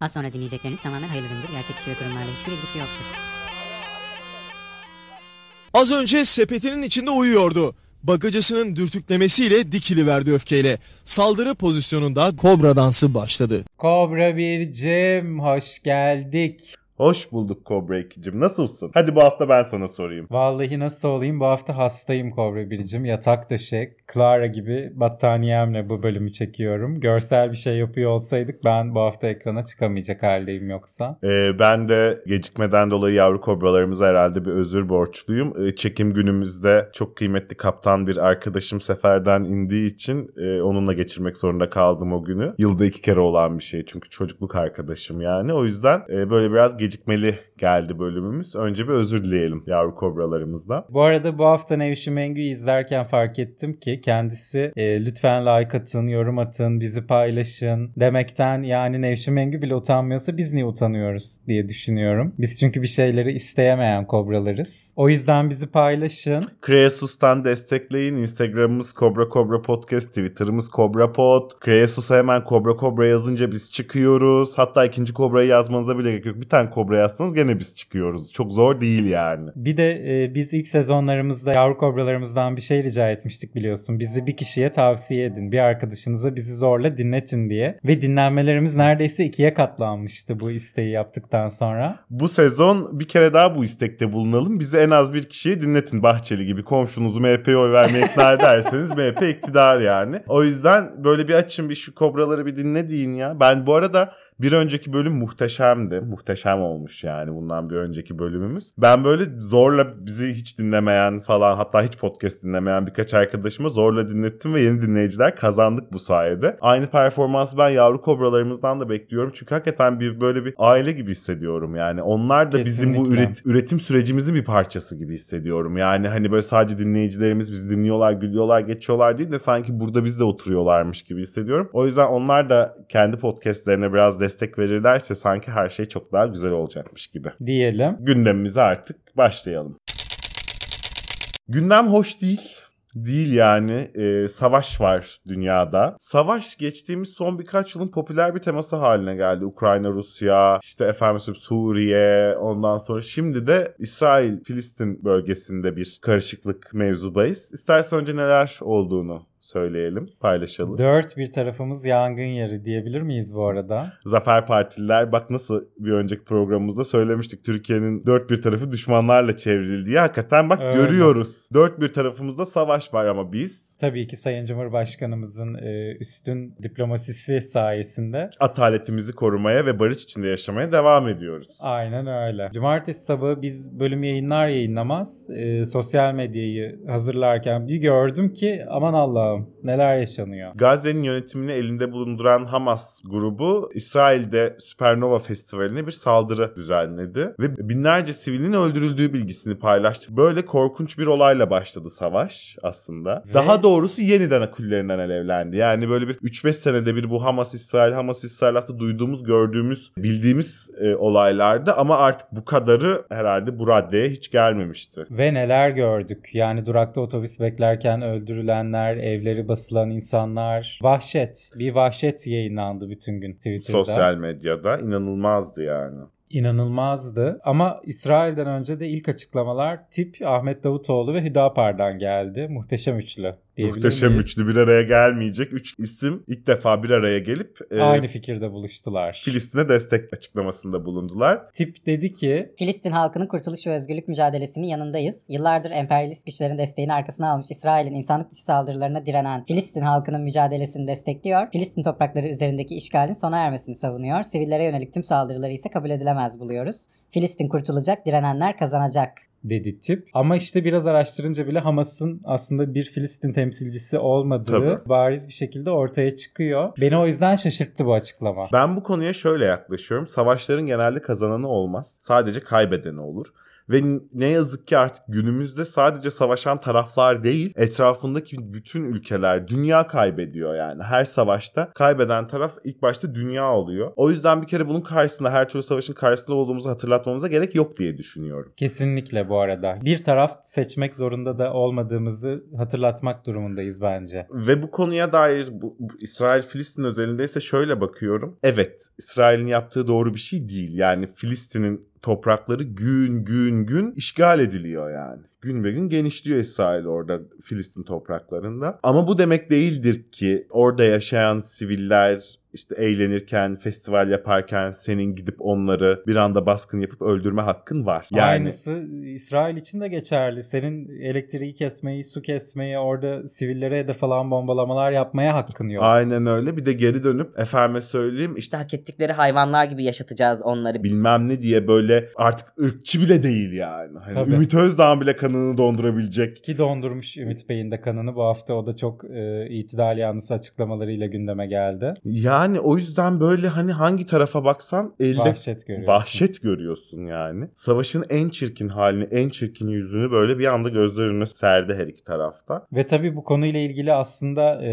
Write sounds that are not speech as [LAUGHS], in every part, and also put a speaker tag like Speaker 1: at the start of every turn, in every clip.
Speaker 1: Az sonra dinleyecekleriniz tamamen hayırlı üründür. Gerçek kişi ve kurumlarla hiçbir ilgisi yoktur.
Speaker 2: Az önce sepetinin içinde uyuyordu. Bagacısının dürtüklemesiyle dikiliverdi öfkeyle. Saldırı pozisyonunda kobra dansı başladı.
Speaker 3: Kobra Bircim hoş geldik.
Speaker 4: Hoş bulduk Cobra 2'cim. Nasılsın? Hadi bu hafta ben sana sorayım.
Speaker 3: Vallahi nasıl olayım bu hafta hastayım Kobra Bircim. Yatak döşek, Clara gibi battaniyemle bu bölümü çekiyorum. Görsel bir şey yapıyor olsaydık ben bu hafta ekrana çıkamayacak haldeyim yoksa.
Speaker 4: Ee, ben de gecikmeden dolayı yavru kobralarımıza herhalde bir özür borçluyum. Ee, çekim günümüzde çok kıymetli kaptan bir arkadaşım seferden indiği için e, onunla geçirmek zorunda kaldım o günü. Yılda iki kere olan bir şey çünkü çocukluk arkadaşım yani. O yüzden e, böyle biraz gecikmeli geldi bölümümüz. Önce bir özür dileyelim yavru kobralarımızdan.
Speaker 3: Bu arada bu hafta Nevşi Mengü'yü izlerken fark ettim ki kendisi e, lütfen like atın, yorum atın, bizi paylaşın demekten yani Nevşi Mengü bile utanmıyorsa biz niye utanıyoruz diye düşünüyorum. Biz çünkü bir şeyleri isteyemeyen kobralarız. O yüzden bizi paylaşın.
Speaker 4: Kreasus'tan destekleyin. Instagram'ımız Kobra Kobra Podcast, Twitter'ımız Kobra Pod. Kreasus'a hemen Kobra Kobra yazınca biz çıkıyoruz. Hatta ikinci Kobra'yı yazmanıza bile gerek yok. Bir tane Kobra yazsanız gene biz çıkıyoruz. Çok zor değil yani.
Speaker 3: Bir de e, biz ilk sezonlarımızda yavru kobralarımızdan bir şey rica etmiştik biliyorsun. Bizi bir kişiye tavsiye edin. Bir arkadaşınıza bizi zorla dinletin diye. Ve dinlenmelerimiz neredeyse ikiye katlanmıştı bu isteği yaptıktan sonra.
Speaker 4: Bu sezon bir kere daha bu istekte bulunalım. Bizi en az bir kişiye dinletin Bahçeli gibi. Komşunuzu MHP'ye oy vermeye ikna ederseniz MHP iktidar yani. O yüzden böyle bir açın bir şu kobraları bir dinle deyin ya. Ben bu arada bir önceki bölüm muhteşemdi. Muhteşem olmuş yani bundan bir önceki bölümümüz. Ben böyle zorla bizi hiç dinlemeyen falan hatta hiç podcast dinlemeyen birkaç arkadaşıma zorla dinlettim ve yeni dinleyiciler kazandık bu sayede. Aynı performansı ben yavru kobralarımızdan da bekliyorum. Çünkü hakikaten bir böyle bir aile gibi hissediyorum yani. Onlar da bizim bu
Speaker 3: Kesinlikle.
Speaker 4: üret- üretim sürecimizin bir parçası gibi hissediyorum. Yani hani böyle sadece dinleyicilerimiz bizi dinliyorlar, gülüyorlar, geçiyorlar değil de sanki burada biz de oturuyorlarmış gibi hissediyorum. O yüzden onlar da kendi podcastlerine biraz destek verirlerse sanki her şey çok daha güzel olacakmış gibi.
Speaker 3: Diyelim.
Speaker 4: Gündemimize artık başlayalım. Gündem hoş değil. Değil yani. Ee, savaş var dünyada. Savaş geçtiğimiz son birkaç yılın popüler bir teması haline geldi. Ukrayna, Rusya, işte efendim söyleyeyim Suriye, ondan sonra şimdi de İsrail, Filistin bölgesinde bir karışıklık mevzudayız. İstersen önce neler olduğunu söyleyelim, paylaşalım.
Speaker 3: Dört bir tarafımız yangın yeri diyebilir miyiz bu arada?
Speaker 4: Zafer Partililer bak nasıl bir önceki programımızda söylemiştik Türkiye'nin dört bir tarafı düşmanlarla çevrildiği hakikaten bak
Speaker 3: Öyle.
Speaker 4: görüyoruz. Dört bir tarafımızda savaş var ama biz
Speaker 3: Tabii ki Sayın Cumhurbaşkanımızın e, üstün diplomasisi sayesinde
Speaker 4: adaletimizi korumaya ve barış içinde yaşamaya devam ediyoruz.
Speaker 3: Aynen öyle. Cumartesi sabahı biz bölüm yayınlar yayınlamaz. e, sosyal medyayı hazırlarken bir gördüm ki aman Allah'ım neler yaşanıyor.
Speaker 4: Gazze'nin yönetimini elinde bulunduran Hamas grubu İsrail'de Supernova Festivali'ne bir saldırı düzenledi ve binlerce sivilin öldürüldüğü bilgisini paylaştı. Böyle korkunç bir olayla başladı savaş aslında.
Speaker 3: Ve-
Speaker 4: Daha doğrusu yeniden aküllerinden alevlendi. Yani böyle bir 3-5 senede bir bu Hamas İsrail, Hamas İsrail aslında duyduğumuz, gördüğümüz, bildiğimiz e, olaylardı ama artık bu kadarı herhalde bu raddeye hiç gelmemişti.
Speaker 3: Ve neler gördük. Yani durakta otobüs beklerken öldürülenler, evleri basılan insanlar. Vahşet. Bir vahşet yayınlandı bütün gün Twitter'da.
Speaker 4: Sosyal medyada inanılmazdı yani.
Speaker 3: İnanılmazdı. Ama İsrail'den önce de ilk açıklamalar tip Ahmet Davutoğlu ve Hüdapar'dan geldi. Muhteşem üçlü. diyebilir
Speaker 4: Muhteşem
Speaker 3: miyiz?
Speaker 4: üçlü bir araya gelmeyecek. Üç isim ilk defa bir araya gelip e,
Speaker 3: Aynı fikirde buluştular.
Speaker 4: Filistin'e destek açıklamasında bulundular.
Speaker 3: Tip dedi ki
Speaker 1: Filistin halkının kurtuluş ve özgürlük mücadelesinin yanındayız. Yıllardır emperyalist güçlerin desteğini arkasına almış İsrail'in insanlık dışı saldırılarına direnen Filistin halkının mücadelesini destekliyor. Filistin toprakları üzerindeki işgalin sona ermesini savunuyor. Sivillere yönelik tüm saldırıları ise kabul edilemez buluyoruz. Filistin kurtulacak, direnenler kazanacak.
Speaker 3: dedi tip. Ama işte biraz araştırınca bile Hamas'ın aslında bir Filistin temsilcisi olmadığı
Speaker 4: Tabii.
Speaker 3: bariz bir şekilde ortaya çıkıyor. Beni o yüzden şaşırttı bu açıklama.
Speaker 4: Ben bu konuya şöyle yaklaşıyorum. Savaşların genelde kazananı olmaz. Sadece kaybedeni olur. Ve n- ne yazık ki artık günümüzde sadece savaşan taraflar değil, etrafındaki bütün ülkeler dünya kaybediyor yani. Her savaşta kaybeden taraf ilk başta dünya oluyor. O yüzden bir kere bunun karşısında, her türlü savaşın karşısında olduğumuzu hatırlatmamıza gerek yok diye düşünüyorum.
Speaker 3: Kesinlikle bu arada. Bir taraf seçmek zorunda da olmadığımızı hatırlatmak durumundayız bence.
Speaker 4: Ve bu konuya dair bu, bu İsrail-Filistin özelinde ise şöyle bakıyorum. Evet, İsrail'in yaptığı doğru bir şey değil. Yani Filistin'in toprakları gün gün gün işgal ediliyor yani. Gün be gün genişliyor İsrail orada Filistin topraklarında. Ama bu demek değildir ki orada yaşayan siviller işte eğlenirken, festival yaparken senin gidip onları bir anda baskın yapıp öldürme hakkın var. Yani
Speaker 3: Aynısı İsrail için de geçerli. Senin elektriği kesmeyi, su kesmeyi, orada sivillere de falan bombalamalar yapmaya hakkın yok.
Speaker 4: aynen öyle. Bir de geri dönüp efendime söyleyeyim işte
Speaker 5: İşte hak ettikleri hayvanlar gibi yaşatacağız onları.
Speaker 4: bilmem ne diye böyle artık ırkçı bile değil yani. Hani
Speaker 3: Tabii.
Speaker 4: Ümit Özdağ'ın bile kanını dondurabilecek.
Speaker 3: Ki dondurmuş Ümit Bey'in de kanını bu hafta. O da çok e, itidal yanlısı açıklamalarıyla gündeme geldi.
Speaker 4: Yani o yüzden böyle hani hangi tarafa baksan elde
Speaker 3: Vahşet görüyorsun.
Speaker 4: vahşet görüyorsun yani. Savaşın en çirkin halini, en çirkin yüzünü böyle bir anda gözler önüne serdi her iki tarafta.
Speaker 3: Ve tabii bu konuyla ilgili aslında e,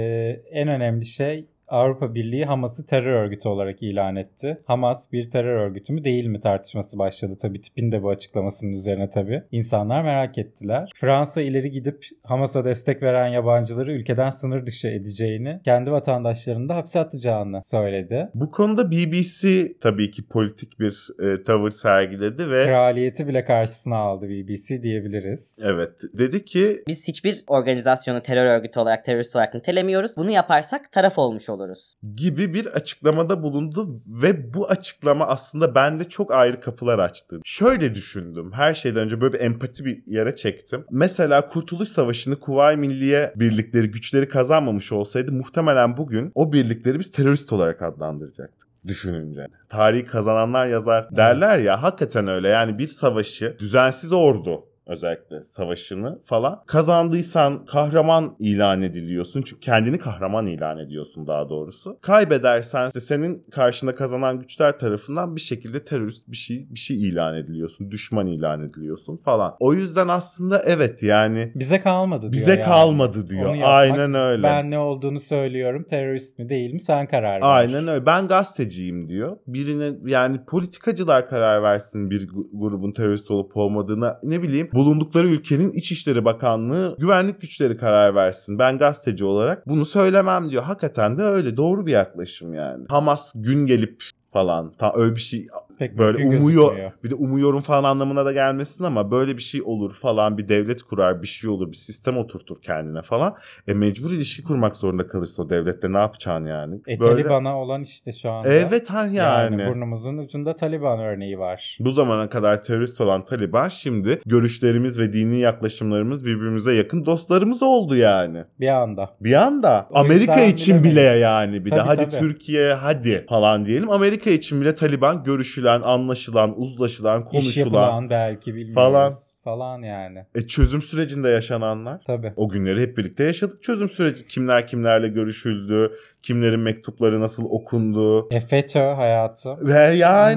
Speaker 3: en önemli şey Avrupa Birliği Hamas'ı terör örgütü olarak ilan etti. Hamas bir terör örgütü mü değil mi tartışması başladı tabii tipin de bu açıklamasının üzerine tabii. İnsanlar merak ettiler. Fransa ileri gidip Hamas'a destek veren yabancıları ülkeden sınır dışı edeceğini, kendi vatandaşlarını da hapse atacağını söyledi.
Speaker 4: Bu konuda BBC tabii ki politik bir e, tavır sergiledi ve
Speaker 3: Kraliyeti bile karşısına aldı BBC diyebiliriz.
Speaker 4: evet dedi ki
Speaker 5: Biz hiçbir organizasyonu terör örgütü olarak, terörist olarak nitelemiyoruz. Bunu yaparsak taraf olmuş oluruz.
Speaker 4: gibi bir açıklamada bulundu ve bu açıklama aslında bende çok ayrı kapılar açtı. Şöyle düşündüm. Her şeyden önce böyle bir empati bir yere çektim. Mesela Kurtuluş Savaşı'nı Kuvayi Milliye birlikleri güçleri kazanmamış olsaydı muhtemelen bugün o birlikleri biz terörist olarak adlandıracaktık düşününce. Tarihi kazananlar yazar derler ya hakikaten öyle yani bir savaşı düzensiz ordu özellikle savaşını falan kazandıysan kahraman ilan ediliyorsun. Çünkü kendini kahraman ilan ediyorsun daha doğrusu. Kaybedersen de senin karşında kazanan güçler tarafından bir şekilde terörist bir şey bir şey ilan ediliyorsun. Düşman ilan ediliyorsun falan. O yüzden aslında evet yani
Speaker 3: Bize kalmadı diyor.
Speaker 4: bize
Speaker 3: yani.
Speaker 4: kalmadı diyor.
Speaker 3: Onu yapmak-
Speaker 4: Aynen öyle.
Speaker 3: Ben ne olduğunu söylüyorum. Terörist mi değil mi sen karar ver.
Speaker 4: Aynen öyle. Ben gazeteciyim diyor. Birine yani politikacılar karar versin bir gu- grubun terörist olup olmadığına ne bileyim. Bulundukları ülkenin İçişleri Bakanlığı güvenlik güçleri karar versin. Ben gazeteci olarak bunu söylemem diyor. Hakikaten de öyle. Doğru bir yaklaşım yani. Hamas gün gelip falan ta öyle bir şey
Speaker 3: Pek
Speaker 4: böyle
Speaker 3: mümkün
Speaker 4: umuyor
Speaker 3: gözükmüyor.
Speaker 4: bir de umuyorum falan anlamına da gelmesin ama böyle bir şey olur falan bir devlet kurar bir şey olur bir sistem oturtur kendine falan e mecbur ilişki kurmak zorunda kalırsın o devlette ne yapacaksın yani
Speaker 3: E
Speaker 4: Böyle-
Speaker 3: Taliban'a olan işte şu anda.
Speaker 4: Evet ha yani.
Speaker 3: Yani. burnumuzun ucunda Taliban örneği var.
Speaker 4: Bu zamana kadar terörist olan Taliban şimdi görüşlerimiz ve dini yaklaşımlarımız birbirimize yakın dostlarımız oldu yani.
Speaker 3: Bir anda.
Speaker 4: Bir anda
Speaker 3: O
Speaker 4: Amerika
Speaker 3: yüzden
Speaker 4: için bile
Speaker 3: bilemeyiz.
Speaker 4: yani bir de
Speaker 3: Tabii,
Speaker 4: hadi
Speaker 3: tabii.
Speaker 4: Türkiye hadi falan diyelim. Amerika için bile Taliban görüşülen, anlaşılan, uzlaşılan,
Speaker 3: İş
Speaker 4: konuşulan
Speaker 3: yapılan belki bilmiyoruz.
Speaker 4: Falan.
Speaker 3: Falan. yani.
Speaker 4: e, çözüm sürecinde yaşananlar.
Speaker 3: Tabii.
Speaker 4: O günleri hep birlikte yaşadık. Çözüm süreci kimler kimlerle görüşüldü, kimlerin mektupları nasıl okundu.
Speaker 3: E FETÖ hayatı.
Speaker 4: Ve yani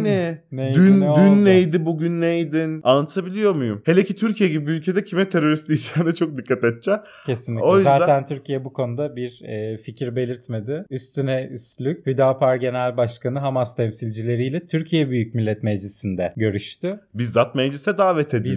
Speaker 3: Hmm. Neydi,
Speaker 4: dün
Speaker 3: ne
Speaker 4: dün
Speaker 3: oldu?
Speaker 4: neydi bugün neydin anlatabiliyor muyum? Hele ki Türkiye gibi bir ülkede kime terörist [LAUGHS] diyeceğine çok dikkat edeceğim.
Speaker 3: Kesinlikle.
Speaker 4: O yüzden-
Speaker 3: Zaten Türkiye bu konuda bir e, fikir belirtmedi. Üstüne üstlük Hüdapar Genel Başkanı Hamas temsilcileriyle Türkiye Büyük Millet Meclisi'nde görüştü.
Speaker 4: Bizzat meclise davet edildiler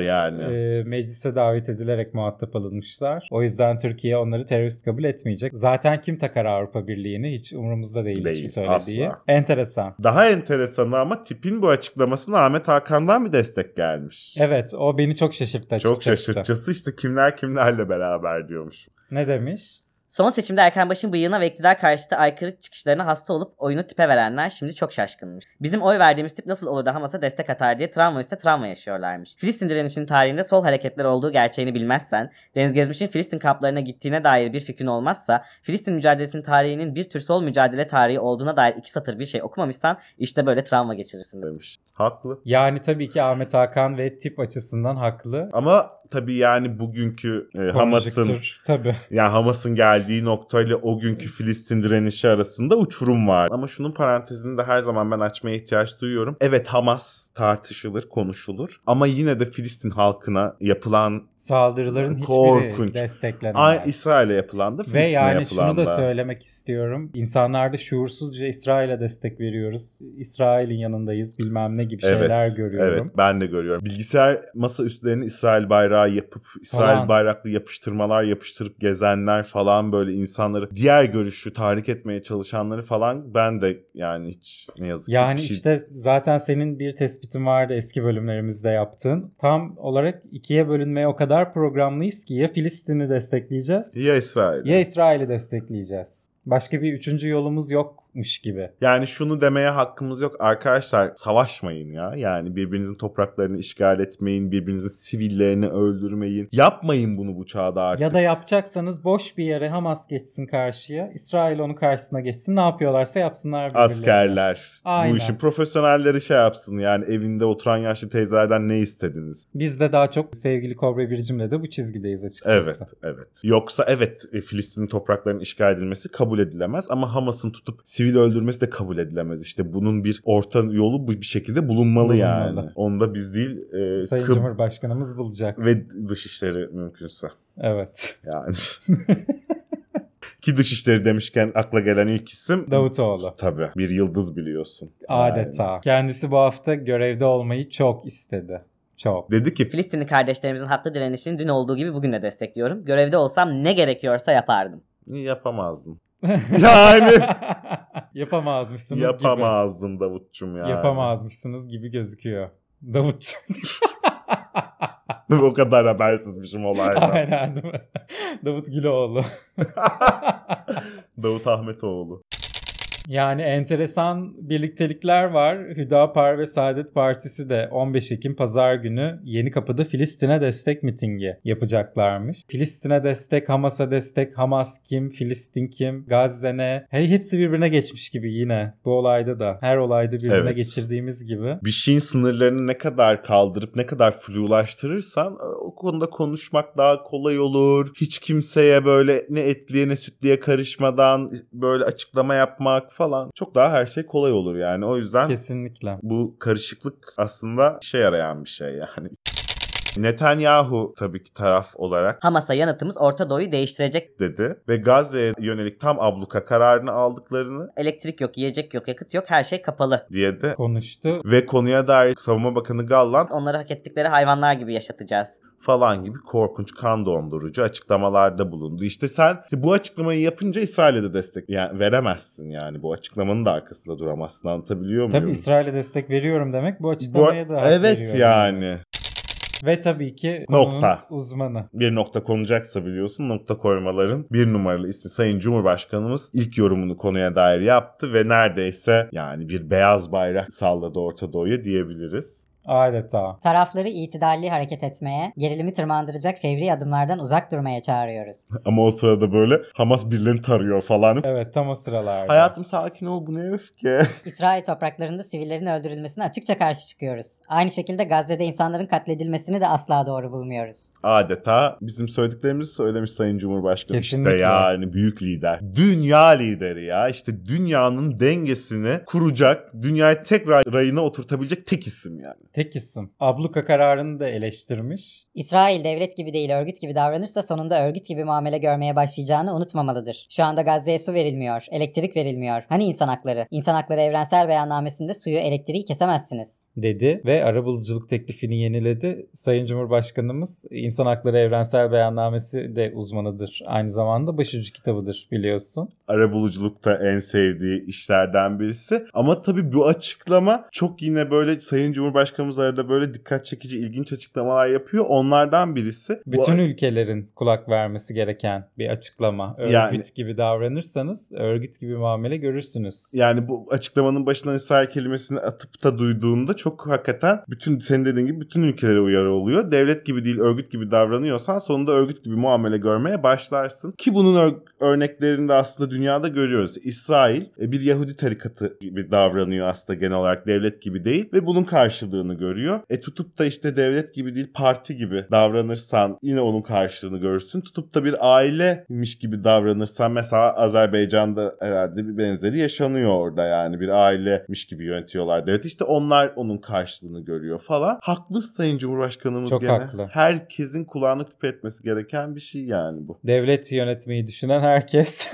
Speaker 3: Bizzat,
Speaker 4: yani.
Speaker 3: E, meclise davet edilerek muhatap alınmışlar. O yüzden Türkiye onları terörist kabul etmeyecek. Zaten kim takar Avrupa Birliği'ni hiç umurumuzda değil,
Speaker 4: Değil,
Speaker 3: hiçbir söylediği.
Speaker 4: asla.
Speaker 3: Enteresan.
Speaker 4: Daha enteresanı ama tipin bu açıklamasına Ahmet Hakan'dan bir destek gelmiş.
Speaker 3: Evet o beni çok şaşırttı açıkçası.
Speaker 4: Çok şaşırtıcısı işte kimler kimlerle beraber diyormuş.
Speaker 3: Ne demiş?
Speaker 5: Son seçimde Erkenbaş'ın bıyığına ve iktidar karşıtı aykırı çıkışlarına hasta olup oyunu tipe verenler şimdi çok şaşkınmış. Bizim oy verdiğimiz tip nasıl olur da Hamas'a destek atar diye travma üstüne travma yaşıyorlarmış. Filistin direnişinin tarihinde sol hareketler olduğu gerçeğini bilmezsen, Deniz Gezmiş'in Filistin kamplarına gittiğine dair bir fikrin olmazsa, Filistin mücadelesinin tarihinin bir tür sol mücadele tarihi olduğuna dair iki satır bir şey okumamışsan işte böyle travma geçirirsin.
Speaker 4: Demiş. Haklı.
Speaker 3: Yani tabii ki Ahmet Hakan ve tip açısından haklı.
Speaker 4: Ama tabii yani bugünkü e, Hamas'ın
Speaker 3: Konjüktür, Tabii.
Speaker 4: yani Hamas'ın geldiği noktayla o günkü Filistin direnişi arasında uçurum var. Ama şunun parantezini de her zaman ben açmaya ihtiyaç duyuyorum. Evet Hamas tartışılır, konuşulur ama yine de Filistin halkına yapılan
Speaker 3: Saldırıların hiçbiri
Speaker 4: Korkunç. Ay,
Speaker 3: desteklenemez.
Speaker 4: İsrail'e yapılan da
Speaker 3: Ve
Speaker 4: Filistin'e
Speaker 3: yani
Speaker 4: yapılan
Speaker 3: şunu da
Speaker 4: da.
Speaker 3: söylemek istiyorum. İnsanlarda şuursuzca İsrail'e destek veriyoruz. İsrail'in yanındayız bilmem ne gibi şeyler görüyorum.
Speaker 4: Evet, ben de görüyorum. Bilgisayar masa üstlerini İsrail bayrağı yapıp İsrail
Speaker 3: Falan.
Speaker 4: bayraklı yapıştırmalar yapıştırıp gezenler falan böyle insanları diğer görüşü tahrik etmeye çalışanları falan ben de yani hiç ne yazık ki
Speaker 3: Yani
Speaker 4: bir şey-
Speaker 3: işte zaten senin bir tespitin vardı eski bölümlerimizde yaptığın. Tam olarak ikiye bölünmeye o kadar programlıyız ki ya Filistin'i destekleyeceğiz
Speaker 4: ya İsrail.
Speaker 3: ya İsrail'i destekleyeceğiz. Başka bir üçüncü yolumuz yokmuş gibi.
Speaker 4: Yani şunu demeye hakkımız yok arkadaşlar savaşmayın ya. Yani birbirinizin topraklarını işgal etmeyin, birbirinizin sivillerini öldürmeyin. Yapmayın bunu bu çağda artık.
Speaker 3: Ya da yapacaksanız boş bir yere Hamas geçsin karşıya, İsrail onu karşısına geçsin. Ne yapıyorlarsa yapsınlar birbirlerine.
Speaker 4: askerler.
Speaker 3: Aynen.
Speaker 4: Bu işin profesyonelleri şey yapsın yani evinde oturan yaşlı teyzelerden ne istediniz?
Speaker 3: Biz de daha çok sevgili Kobra bir cümlede bu çizgideyiz
Speaker 4: Evet,
Speaker 3: açıkçası.
Speaker 4: evet. Yoksa evet e, Filistin'in topraklarının işgal edilmesi kabul edilemez ama Hamas'ın tutup sivil öldürmesi de kabul edilemez. İşte bunun bir orta yolu bu- bir şekilde bulunmalı,
Speaker 3: Bulunmalı.
Speaker 4: yani. Onda biz değil e,
Speaker 3: Sayın
Speaker 4: Kıbrıs
Speaker 3: Cumhurbaşkanımız bulacak.
Speaker 4: ve dışişleri mümkünse.
Speaker 3: Evet.
Speaker 4: Yani. [LAUGHS] Ki dışişleri demişken akla gelen ilk isim
Speaker 3: Davutoğlu.
Speaker 4: Tabii. Bir yıldız biliyorsun.
Speaker 3: Adeta. Kendisi bu hafta görevde olmayı çok istedi. Çok. [LAUGHS]
Speaker 4: Yani. Dedi ki
Speaker 5: Filistinli kardeşlerimizin haklı direnişini dün olduğu gibi bugün de destekliyorum. Görevde olsam ne gerekiyorsa yapardım.
Speaker 4: yapamazdım. yani
Speaker 3: Yapamazmışsınız
Speaker 4: yapamazdın Davutçum ya.
Speaker 3: gibi. Yapamazmışsınız gibi gözüküyor. Davutçu.
Speaker 4: [LAUGHS] o kadar habersizmişim
Speaker 3: [LAUGHS]
Speaker 4: olaydan.
Speaker 3: Aynen değil mi? Davut Güloğlu.
Speaker 4: Davut Ahmetoğlu.
Speaker 3: Yani enteresan birliktelikler var. Hüdapar ve Saadet Partisi de 15 Ekim Pazar günü Yeni Kapı'da Filistin'e destek mitingi yapacaklarmış. Filistin'e destek, Hamas'a destek, Hamas kim, Filistin kim, Gazze ne? Hey hepsi birbirine geçmiş gibi yine bu olayda da. Her olayda birbirine
Speaker 4: Evet.
Speaker 3: geçirdiğimiz gibi.
Speaker 4: Bir şeyin sınırlarını ne kadar kaldırıp ne kadar flulaştırırsan e, o konuda konuşmak daha kolay olur. Hiç kimseye böyle ne etliye ne sütliye karışmadan böyle açıklama yapmak falan çok daha her şey kolay olur yani. O yüzden
Speaker 3: Kesinlikle.
Speaker 4: bu karışıklık aslında işe yarayan bir şey yani. Netanyahu tabii ki taraf olarak
Speaker 5: Hamas'a yanıtımız Orta Doğu'yu değiştirecek.
Speaker 4: dedi ve Gazze'ye yönelik tam abluka kararını aldıklarını
Speaker 5: Elektrik yok, yiyecek yok, yakıt yok, her şey kapalı.
Speaker 4: diye de
Speaker 3: Konuştu.
Speaker 4: ve konuya dair Savunma Bakanı Gallan
Speaker 5: Onları hak ettikleri hayvanlar gibi yaşatacağız.
Speaker 4: falan gibi korkunç kan dondurucu açıklamalarda bulundu. İşte sen işte bu açıklamayı yapınca İsrail'e de destek yani veremezsin yani bu açıklamanın da arkasında duramazsın anlatabiliyor muyum?
Speaker 3: Tabii İsrail'e destek veriyorum demek bu
Speaker 4: bu,
Speaker 3: açıklamaya da hak
Speaker 4: Evet
Speaker 3: veriyorum.
Speaker 4: yani
Speaker 3: Ve tabii ki
Speaker 4: Nokta.
Speaker 3: konunun uzmanı.
Speaker 4: bir nokta konacaksa biliyorsun nokta koymaların bir numaralı ismi Sayın Cumhurbaşkanımız ilk yorumunu konuya dair yaptı ve neredeyse yani bir beyaz bayrak salladı Orta Doğu'ya diyebiliriz. [LAUGHS]
Speaker 3: Adeta.
Speaker 1: Tarafları itidalli hareket etmeye, gerilimi tırmandıracak fevri adımlardan uzak durmaya çağırıyoruz.
Speaker 4: Ama o sırada böyle Hamas birilerini tarıyor falan.
Speaker 3: Evet tam o sıralarda.
Speaker 4: Hayatım sakin ol bu ne öfke.
Speaker 1: İsrail topraklarında sivillerin öldürülmesine açıkça karşı çıkıyoruz. Aynı şekilde Gazze'de insanların katledilmesini de asla doğru bulmuyoruz.
Speaker 4: adeta bizim söylediklerimizi söylemiş Sayın Cumhurbaşkanı.
Speaker 3: Kesinlikle.
Speaker 4: İşte yani büyük lider. Dünya lideri ya. İşte dünyanın dengesini kuracak, dünyayı tekrar rayına oturtabilecek tek isim yani.
Speaker 3: Tek isim. Abluka kararını da eleştirmiş.
Speaker 1: İsrail devlet gibi değil örgüt gibi davranırsa sonunda örgüt gibi muamele görmeye başlayacağını unutmamalıdır. Şu anda Gazze'ye su verilmiyor, elektrik verilmiyor. Hani insan hakları? İnsan hakları evrensel beyannamesinde suyu, elektriği kesemezsiniz.
Speaker 3: dedi ve arabuluculuk teklifini yeniledi. Sayın Cumhurbaşkanımız İnsan Hakları Evrensel Beyannamesi de uzmanıdır. Aynı zamanda başucu kitabıdır biliyorsun.
Speaker 4: Arabuluculuk da en sevdiği işlerden birisi. Ama tabii bu açıklama çok yine böyle Sayın Cumhurbaşkanımız arada böyle dikkat çekici ilginç açıklamalar yapıyor. Onlardan birisi. bu-
Speaker 3: Bütün ülkelerin kulak vermesi gereken bir açıklama. Örgüt
Speaker 4: Yani-
Speaker 3: gibi davranırsanız örgüt gibi muamele görürsünüz.
Speaker 4: Yani bu açıklamanın başından İsrail kelimesini atıp da duyduğunda çok hakikaten bütün senin dediğin gibi bütün ülkelere uyarı oluyor. Devlet gibi değil örgüt gibi davranıyorsan sonunda örgüt gibi muamele görmeye başlarsın. Ki bunun ör- örneklerini de aslında dünyada görüyoruz. İsrail e, bir Yahudi tarikatı gibi davranıyor aslında genel olarak devlet gibi değil ve bunun karşılığını görüyor. E tutup da işte devlet gibi değil parti gibi davranırsan yine onun karşılığını görürsün. Tutup da bir ailemiş gibi davranırsan mesela Azerbaycan'da herhalde bir benzeri yaşanıyor orada yani bir ailemiş gibi yönetiyorlar devlet. İşte onlar onun karşılığını görüyor falan. Haklı Sayın Cumhurbaşkanımız
Speaker 3: Çok
Speaker 4: gene.
Speaker 3: haklı.
Speaker 4: Herkesin kulağını küpe etmesi gereken bir şey yani bu.
Speaker 3: Devlet yönetmeyi düşünen herkes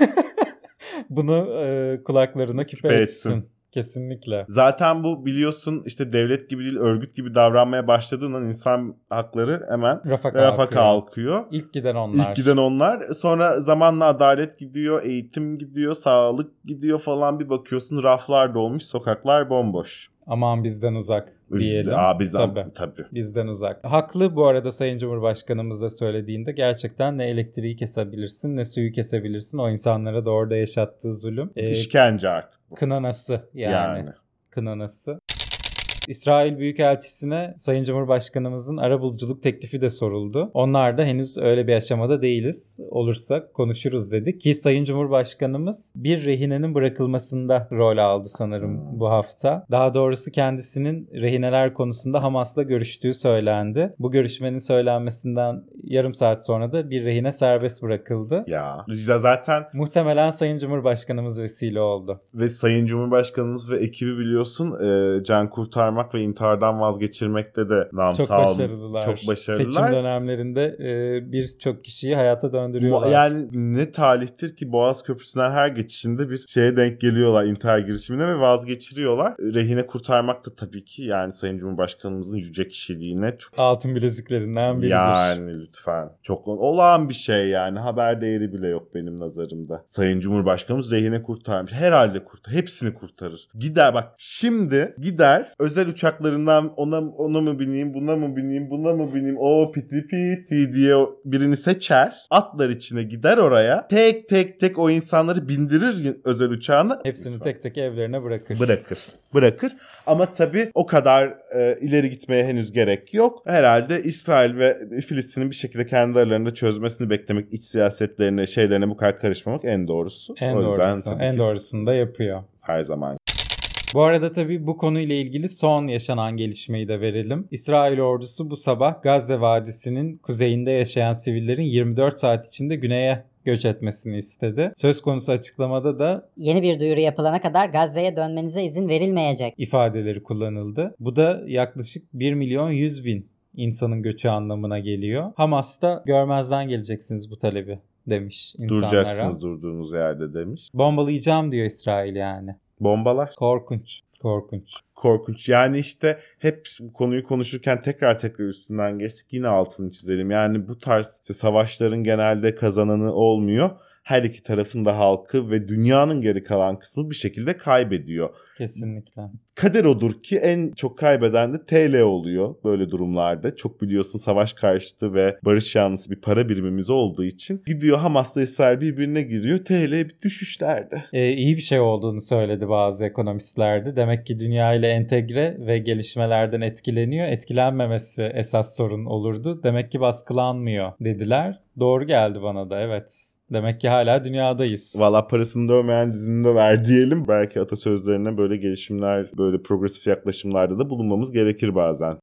Speaker 3: [LAUGHS] bunu e, kulaklarına küpe,
Speaker 4: Küpe
Speaker 3: etsin.
Speaker 4: etsin.
Speaker 3: Kesinlikle.
Speaker 4: Zaten bu biliyorsun işte devlet gibi değil örgüt gibi davranmaya başladığın an insan hakları hemen
Speaker 3: Rafa kalkıyor.
Speaker 4: rafa kalkıyor.
Speaker 3: İlk giden onlar.
Speaker 4: İlk giden onlar. Sonra zamanla adalet gidiyor, eğitim gidiyor, sağlık gidiyor falan bir bakıyorsun raflar dolmuş, sokaklar bomboş.
Speaker 3: Aman bizden uzak
Speaker 4: Biz,
Speaker 3: diyelim.
Speaker 4: aa, biz
Speaker 3: Tabii.
Speaker 4: tabii. tabii.
Speaker 3: Bizden uzak. Haklı bu arada Sayın Cumhurbaşkanımız da söylediğinde gerçekten ne elektriği kesebilirsin ne suyu kesebilirsin. O insanlara da orada yaşattığı zulüm. Ee,
Speaker 4: İşkence artık bu.
Speaker 3: kınanası yani.
Speaker 4: Yani.
Speaker 3: Kınanası. İsrail Büyükelçisi'ne Sayın Cumhurbaşkanımızın arabuluculuk teklifi de soruldu. Onlar da henüz öyle bir aşamada değiliz. Olursak konuşuruz dedi ki Sayın Cumhurbaşkanımız bir rehinenin bırakılmasında rol aldı sanırım bu hafta. Daha doğrusu kendisinin rehineler konusunda Hamas'la görüştüğü söylendi. Bu görüşmenin söylenmesinden yarım saat sonra da bir rehine serbest bırakıldı.
Speaker 4: Ya. Ya Zaten
Speaker 3: Muhtemelen Sayın Cumhurbaşkanımız vesile oldu.
Speaker 4: ve Sayın Cumhurbaşkanımız ve ekibi biliyorsun e, can kurtarmak ve intihardan vazgeçirmekte de nam
Speaker 3: Çok
Speaker 4: sağ olun.
Speaker 3: başarılılar.
Speaker 4: Çok başarılılar.
Speaker 3: Seçim dönemlerinde e, birçok kişiyi hayata döndürüyorlar.
Speaker 4: Mu- Yani ne talihtir ki Boğaz Köprüsü'nden her geçişinde bir şeye denk geliyorlar intihar girişimine ve vazgeçiriyorlar. Rehine kurtarmak da tabii ki yani Sayın Cumhurbaşkanımızın yüce kişiliğine çok
Speaker 3: Altın bileziklerinden biridir.
Speaker 4: yani lütfen. Çok olağan bir şey yani. Haber değeri bile yok benim nazarımda. Sayın Cumhurbaşkanımız rehine kurtarmış. Herhalde kurtar. Hepsini kurtarır. Gider bak şimdi gider özel uçaklarından ona, ona mı bineyim buna mı bineyim buna mı bineyim o piti piti diye birini seçer. Atlar içine gider oraya. Tek tek tek o insanları bindirir özel uçağına.
Speaker 3: Hepsini
Speaker 4: Lütfen.
Speaker 3: tek tek evlerine bırakır.
Speaker 4: Bırakır. Bırakır. Ama tabii o kadar e, ileri gitmeye henüz gerek yok. Herhalde İsrail ve Filistin'in bir şekilde kendi aralarında çözmesini beklemek, iç siyasetlerine, şeylerine bu kadar karışmamak en doğrusu.
Speaker 3: en
Speaker 4: O yüzden
Speaker 3: doğrusu,
Speaker 4: tabii
Speaker 3: en
Speaker 4: ki
Speaker 3: doğrusunu da yapıyor.
Speaker 4: Her zaman.
Speaker 3: Bu arada tabii bu konuyla ilgili son yaşanan gelişmeyi de verelim. İsrail ordusu bu sabah Gazze Vadisi'nin kuzeyinde yaşayan sivillerin 24 saat içinde güneye göç etmesini istedi. Söz konusu açıklamada da
Speaker 1: Yeni bir duyuru yapılana kadar Gazze'ye dönmenize izin verilmeyecek.
Speaker 3: ifadeleri kullanıldı. Bu da yaklaşık 1 milyon 100 bin insanın göçü anlamına geliyor. Hamas da görmezden geleceksiniz bu talebi demiş insanlara.
Speaker 4: Duracaksınız durduğunuz yerde demiş.
Speaker 3: Bombalayacağım diyor İsrail yani.
Speaker 4: Bombalar.
Speaker 3: Korkunç. Korkunç.
Speaker 4: Korkunç. Yani işte hep bu konuyu konuşurken tekrar tekrar üstünden geçtik. Yine altını çizelim. Yani bu tarz işte savaşların genelde kazananı olmuyor. Her iki tarafın da halkı ve dünyanın geri kalan kısmı bir şekilde kaybediyor.
Speaker 3: Kesinlikle.
Speaker 4: kader odur ki en çok kaybeden de TL oluyor böyle durumlarda. Çok biliyorsun savaş karşıtı ve barış yanlısı bir para birimimiz olduğu için gidiyor Hamas'la İsrail birbirine giriyor. TL bir düşüşlerde.
Speaker 3: Ee, iyi bir şey olduğunu söyledi bazı ekonomistlerdi. Demek ki dünya ile entegre ve gelişmelerden etkileniyor. Etkilenmemesi esas sorun olurdu. Demek ki baskılanmıyor dediler. Doğru geldi bana da evet. Demek ki hala dünyadayız.
Speaker 4: Valla parasını dövmeyen dizini döver diyelim. Belki atasözlerine böyle gelişimler, böyle progresif yaklaşımlarda da bulunmamız gerekir bazen.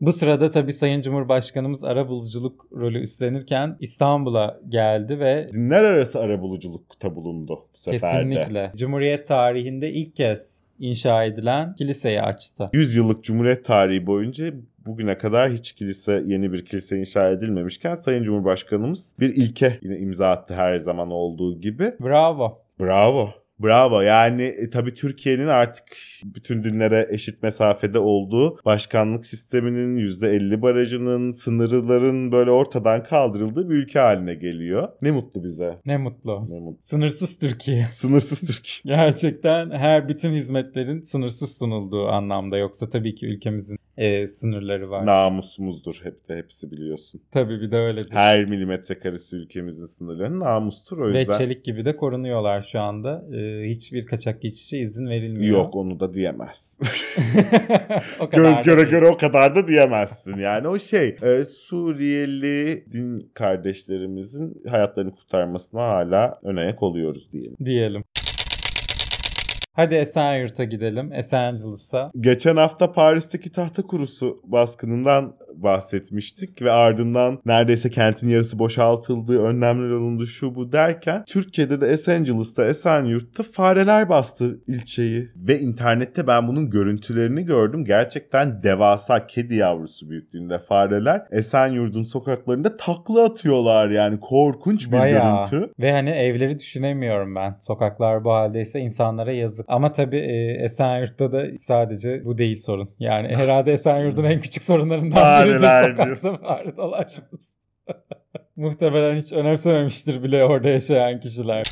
Speaker 3: Bu sırada tabii Sayın Cumhurbaşkanımız arabuluculuk rolü üstlenirken İstanbul'a geldi ve
Speaker 4: Dinler arası arabuluculukta bulundu bu sefer de.
Speaker 3: kesinlikle Cumhuriyet tarihinde ilk kez inşa edilen kiliseyi açtı.
Speaker 4: 100 yıllık Cumhuriyet tarihi boyunca bugüne kadar hiç kilise yeni bir kilise inşa edilmemişken Sayın Cumhurbaşkanımız bir ilke yine imza attı her zaman olduğu gibi.
Speaker 3: Bravo.
Speaker 4: Bravo. Bravo yani e, tabii Türkiye'nin artık bütün dinlere eşit mesafede olduğu başkanlık sisteminin %50 barajının sınırların böyle ortadan kaldırıldığı bir ülke haline geliyor. Ne mutlu bize.
Speaker 3: Ne mutlu.
Speaker 4: Ne mutlu.
Speaker 3: Sınırsız Türkiye. [LAUGHS]
Speaker 4: Sınırsız Türkiye.
Speaker 3: Gerçekten her bütün hizmetlerin sınırsız sunulduğu anlamda yoksa tabii ki ülkemizin e, sınırları var.
Speaker 4: Namusumuzdur hep de hepsi biliyorsun.
Speaker 3: Tabii bir de öyledir.
Speaker 4: Her milimetre karesi ülkemizin sınırları namustur o
Speaker 3: Ve
Speaker 4: yüzden.
Speaker 3: çelik gibi de korunuyorlar şu anda. E, hiçbir kaçak geçişe izin verilmiyor.
Speaker 4: Yok onu da diyemez.
Speaker 3: [LAUGHS]
Speaker 4: [LAUGHS]
Speaker 3: o kadar
Speaker 4: Göz
Speaker 3: da
Speaker 4: göre
Speaker 3: değil.
Speaker 4: göre o kadar da diyemezsin. Yani o şey e, Suriyeli din kardeşlerimizin hayatlarını kurtarmasına hala önayak oluyoruz diyelim.
Speaker 3: diyelim. Hadi Esenyurt'a gidelim. Esencials'a.
Speaker 4: Geçen hafta Paris'teki tahta kurusu baskınından bahsetmiştik ve ardından neredeyse kentin yarısı boşaltıldığı önlemler alındı şu bu derken Türkiye'de de Los Angeles'ta Esenyurt'ta fareler bastı ilçeyi ve internette ben bunun görüntülerini gördüm. Gerçekten devasa kedi yavrusu büyüklüğünde fareler Esenyurt'un sokaklarında takla atıyorlar yani korkunç bir
Speaker 3: Bayağı.
Speaker 4: görüntü.
Speaker 3: Ve hani evleri düşünemiyorum ben. Sokaklar bu haldeyse insanlara yazık. Ama tabii e, Esenyurt'ta da sadece bu değil sorun.
Speaker 4: [LAUGHS]
Speaker 3: Yani herhalde Esenyurt'un en küçük sorunlarından biridir
Speaker 4: Fareler
Speaker 3: [LAUGHS]
Speaker 4: diyorsun.
Speaker 3: sokakta fare dolaşması. [LAUGHS] Muhtemelen hiç önemsememiştir bile orada yaşayan kişiler.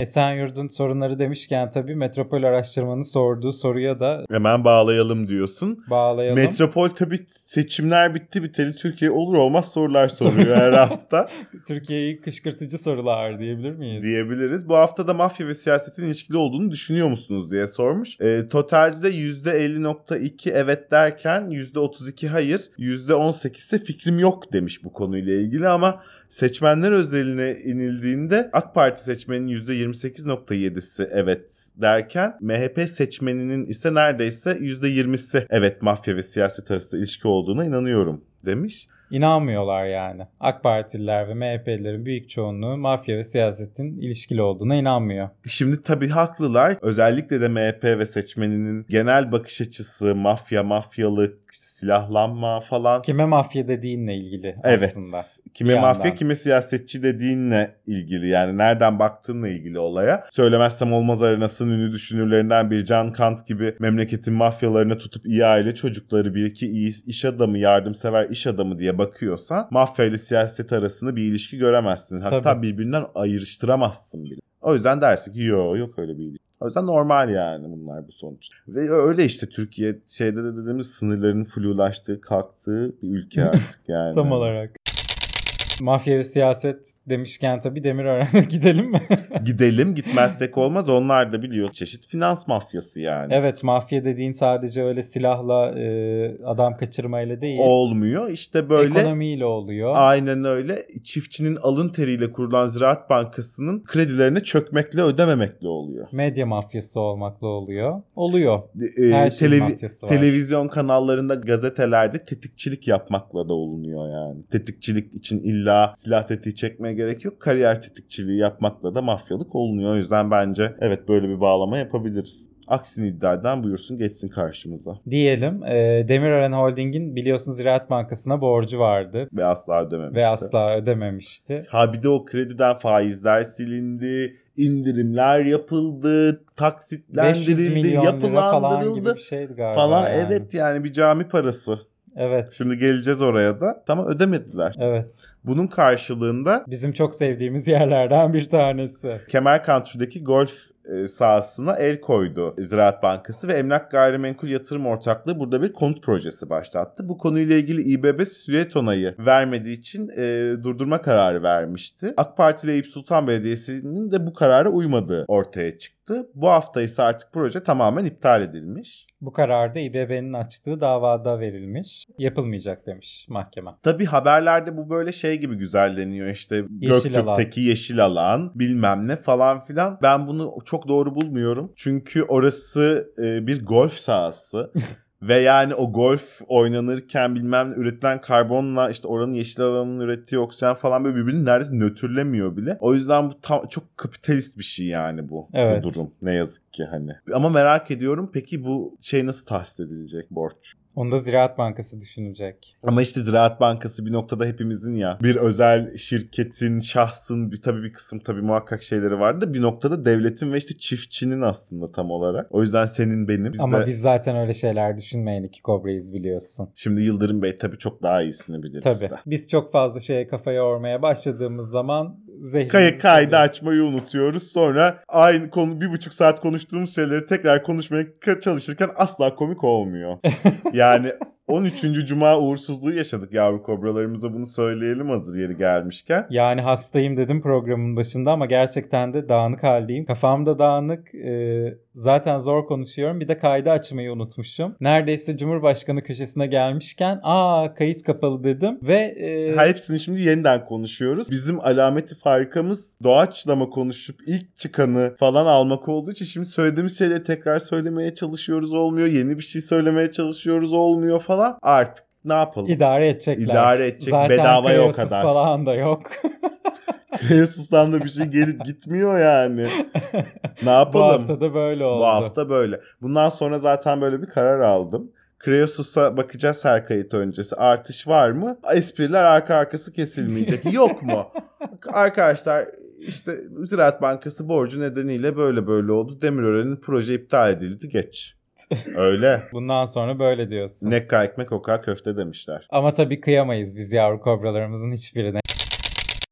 Speaker 3: Esenyurt'un sorunları demişken tabii Metropol Araştırma'nın sorduğu soruya da
Speaker 4: Hemen bağlayalım diyorsun.
Speaker 3: bağlayalım.
Speaker 4: Metropol tabi seçimler bitti biteli Türkiye olur olmaz sorular soruyor her hafta
Speaker 3: Türkiye'yi kışkırtıcı sorular diyebilir miyiz?
Speaker 4: diyebiliriz. Bu hafta da mafya ve siyasetin ilişkili olduğunu düşünüyor musunuz diye sormuş. E, totalde %50.2 evet derken %32 hayır, %18 ise fikrim yok demiş bu konuyla ilgili ama seçmenler özeline inildiğinde AK Parti seçmeninin %28.7'si evet derken MHP seçmeninin ise neredeyse %20'si evet mafya ve siyaset arasında ilişki olduğuna inanıyorum demiş.
Speaker 3: İnanmıyorlar yani. AK Partililer ve MHP'lilerin büyük çoğunluğu mafya ve siyasetin ilişkili olduğuna inanmıyor.
Speaker 4: Şimdi tabii haklılar. Özellikle de MHP ve seçmeninin genel bakış açısı, mafya, mafyalık, işte silahlanma falan.
Speaker 3: Kime mafya dediğinle ilgili
Speaker 4: Evet.
Speaker 3: aslında.
Speaker 4: Kime
Speaker 3: Bir
Speaker 4: mafya,
Speaker 3: yandan.
Speaker 4: kime siyasetçi dediğinle ilgili yani nereden baktığınla ilgili olaya. Söylemezsem olmaz arenasının ünlü düşünürlerinden bir Can Kant gibi memleketin mafyalarına tutup iyi aile çocukları bir iki iyi iş adamı, yardımsever iş adamı diye bakıyorsan mafya ile siyaset arasında bir ilişki göremezsin. Hatta
Speaker 3: Tabii.
Speaker 4: birbirinden ayrıştıramazsın bile. O yüzden dersin ki yok yok öyle bir ilişki. O yüzden normal yani bunlar bu sonuç. Ve ö- öyle işte Türkiye şeyde de dediğimiz sınırların flulaştığı, kalktığı bir
Speaker 3: [LAUGHS]
Speaker 4: ülke artık yani.
Speaker 3: Tam olarak. Mafya ve siyaset demişken tabii Demirören'e [LAUGHS] gidelim
Speaker 4: [LAUGHS]
Speaker 3: mi?
Speaker 4: Gidelim gitmezsek olmaz. Onlar da biliyor çeşit finans mafyası yani.
Speaker 3: evet mafya dediğin sadece öyle silahla e, adam kaçırmayla değil.
Speaker 4: Olmuyor işte böyle.
Speaker 3: Ekonomiyle oluyor.
Speaker 4: Aynen öyle. Çiftçinin alın teriyle kurulan Ziraat Bankası'nın kredilerini çökmekle ödememekle oluyor.
Speaker 3: Medya mafyası olmakla oluyor. Oluyor.
Speaker 4: E,
Speaker 3: Her şeyin
Speaker 4: televi-
Speaker 3: mafyası var.
Speaker 4: Televizyon kanallarında, gazetelerde tetikçilik yapmakla da olunuyor yani. Tetikçilik için illa silah tetiği çekmeye gerek yok. Kariyer tetikçiliği yapmakla da mafyalık olunuyor. O yüzden bence evet böyle bir bağlama yapabiliriz. Aksini iddia eden buyursun geçsin karşımıza.
Speaker 3: diyelim. E, Demirören Holding'in biliyorsunuz Ziraat Bankası'na borcu vardı.
Speaker 4: Ve asla ödememişti.
Speaker 3: Ve asla ödememişti.
Speaker 4: Ha bir de o krediden faizler silindi, indirimler yapıldı,
Speaker 3: 500
Speaker 4: taksitlendirildi,
Speaker 3: milyon lira falan gibi
Speaker 4: yapılandırıldı
Speaker 3: bir şeydi galiba.
Speaker 4: falan.
Speaker 3: yani.
Speaker 4: Evet yani bir cami parası.
Speaker 3: Evet.
Speaker 4: Şimdi geleceğiz oraya da. Tamam ödemediler.
Speaker 3: Evet.
Speaker 4: Bunun karşılığında
Speaker 3: Bizim çok sevdiğimiz yerlerden bir tanesi.
Speaker 4: Kemer Country'deki golf e, sahasına el koydu Ziraat Bankası ve Emlak Gayrimenkul Yatırım Ortaklığı burada bir konut projesi başlattı. Bu konuyla ilgili İBB süreç onayı vermediği için e, durdurma kararı vermişti. AK Parti ile Eyüp Sultan Belediyesi'nin de bu karara uymadığı ortaya çıktı. Bu hafta ise artık proje tamamen iptal edilmiş.
Speaker 3: Bu kararda İBB'nin açtığı davada verilmiş. Yapılmayacak demiş mahkeme.
Speaker 4: Tabi haberlerde bu böyle şey gibi güzelleniyor işte
Speaker 3: Yeşil
Speaker 4: Göktürk'teki yeşil alan bilmem ne falan filan. Ben bunu çok doğru bulmuyorum. Çünkü orası e, bir golf
Speaker 3: [LAUGHS]
Speaker 4: sahası. Ve yani o golf oynanırken bilmem ne, üretilen karbonla işte oranın yeşil alanının ürettiği oksijen falan böyle birbirini neredeyse nötrlemiyor bile. O yüzden bu tam, çok kapitalist bir şey yani bu,
Speaker 3: Evet.
Speaker 4: bu durum ne yazık ki hani. Ama merak ediyorum peki bu şey nasıl tahsis edilecek borç?
Speaker 3: Onu da Ziraat Bankası düşünecek.
Speaker 4: Ama işte Ziraat Bankası bir noktada hepimizin ya bir özel şirketin, şahsın bir tabii bir kısım tabii muhakkak şeyleri vardı. Bir noktada devletin ve işte çiftçinin aslında tam olarak. O yüzden senin benim. Biz
Speaker 3: Ama
Speaker 4: de
Speaker 3: biz zaten öyle şeyler düşünmeyen iki kobrayız biliyorsun.
Speaker 4: şimdi Yıldırım Bey tabii çok daha iyisini bilir
Speaker 3: Tabii.
Speaker 4: bizden.
Speaker 3: Biz çok fazla şeye kafaya yormaya başladığımız zaman zehrimiz...
Speaker 4: Kayıt kaydı açmayı unutuyoruz. Sonra aynı konu bir buçuk saat konuştuğumuz şeyleri tekrar konuşmaya ka- çalışırken asla
Speaker 3: [LAUGHS]
Speaker 4: komik olmuyor. yani 13. Cuma uğursuzluğu yaşadık yavru kobralarımıza bunu söyleyelim hazır yeri gelmişken.
Speaker 3: Yani hastayım dedim programın başında ama gerçekten de dağınık haldeyim. Kafam da dağınık, e, Zaten zor konuşuyorum. Bir de kaydı açmayı unutmuşum. Neredeyse Cumhurbaşkanı köşesine gelmişken aa kayıt kapalı dedim ve e,
Speaker 4: Ha, Hepsini şimdi yeniden konuşuyoruz. Bizim alameti farkımız doğaçlama konuşup ilk çıkanı falan almak olduğu için şimdi söylediğimiz şeyleri tekrar söylemeye çalışıyoruz olmuyor. Yeni bir şey söylemeye çalışıyoruz olmuyor falan. Artık ne yapalım?
Speaker 3: idare edecekler.
Speaker 4: İdare edecek,
Speaker 3: Zaten
Speaker 4: bedava yok
Speaker 3: Kreosuz
Speaker 4: kadar. [LAUGHS]
Speaker 3: falan da yok. [LAUGHS]
Speaker 4: Jesus'tan da bir şey gelip gitmiyor
Speaker 3: [LAUGHS]
Speaker 4: yani. Ne
Speaker 3: Bu
Speaker 4: yapalım?
Speaker 3: hafta da böyle oldu.
Speaker 4: Bu hafta böyle. Bundan sonra zaten böyle bir karar aldım. Kreosus'a bakacağız her kayıt öncesi. Artış var mı? Espriler arka arkası kesilmeyecek. Yok mu? Arkadaşlar işte Ziraat Bankası borcu nedeniyle böyle böyle oldu. Demirören'in proje iptal edildi. Geç. Öyle.
Speaker 3: Bundan sonra böyle diyorsun.
Speaker 4: Ne ekmek oka köfte demişler.
Speaker 3: Ama tabii kıyamayız biz yavru kobralarımızın hiçbirine.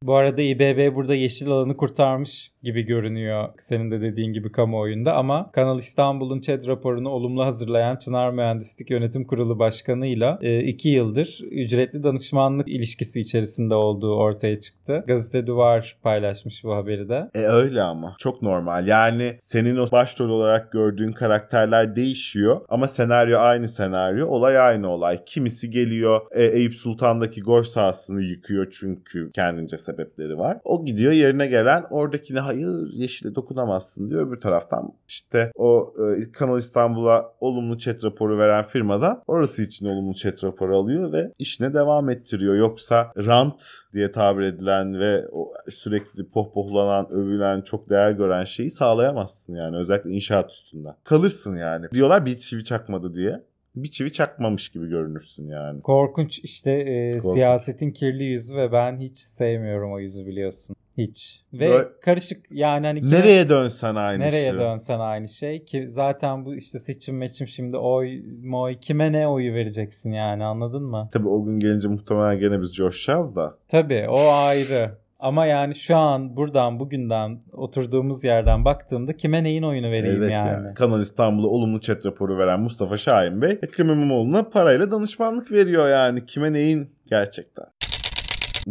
Speaker 3: Bu arada İBB burada yeşil alanı kurtarmış gibi görünüyor senin de dediğin gibi kamuoyunda ama Kanal İstanbul'un ÇED raporunu olumlu hazırlayan Çınar Mühendislik Yönetim Kurulu Başkanı'yla 2 yıldır ücretli danışmanlık ilişkisi içerisinde olduğu ortaya çıktı. Gazete Duvar paylaşmış bu haberi de.
Speaker 4: E öyle ama. Çok normal. Yani senin o başrol olarak gördüğün karakterler değişiyor ama senaryo aynı senaryo, olay aynı olay. Kimisi geliyor e, Eyüp Sultan'daki golf sahasını yıkıyor çünkü kendince sebepleri var. O gidiyor yerine gelen oradakine hayır yeşile dokunamazsın diyor. Öbür taraftan işte o e, Kanal İstanbul'a olumlu chat raporu veren firmadan orası için olumlu chat raporu alıyor ve işine devam ettiriyor. Yoksa rant diye tabir edilen ve o sürekli pohpohlanan, övülen, çok değer gören şeyi sağlayamazsın yani. Özellikle inşaat üstünden. Kalırsın yani. Diyorlar bir çivi çakmadı diye. Bir çivi çakmamış gibi görünürsün yani.
Speaker 3: Korkunç işte e,
Speaker 4: Korkunç.
Speaker 3: siyasetin kirli yüzü ve ben hiç sevmiyorum o yüzü biliyorsun. Hiç. Ve
Speaker 4: Böyle-
Speaker 3: karışık yani hani kime-
Speaker 4: Nereye dönsen aynı
Speaker 3: Nereye
Speaker 4: şey.
Speaker 3: dönsen aynı şey ki zaten bu işte seçim meçim şimdi oy moy kime ne oyu vereceksin yani anladın mı?
Speaker 4: Tabii o gün gelince muhtemelen gene biz coşacağız da.
Speaker 3: Tabii o ayrı ama yani şu an buradan bugünden oturduğumuz yerden baktığımda kime neyin oyunu vereyim
Speaker 4: Evet
Speaker 3: yani.
Speaker 4: yani. Kanal İstanbul'a olumlu chat raporu veren Mustafa Şahin Bey Ekrem İmamoğlu'na parayla danışmanlık veriyor yani. Kime neyin gerçekten.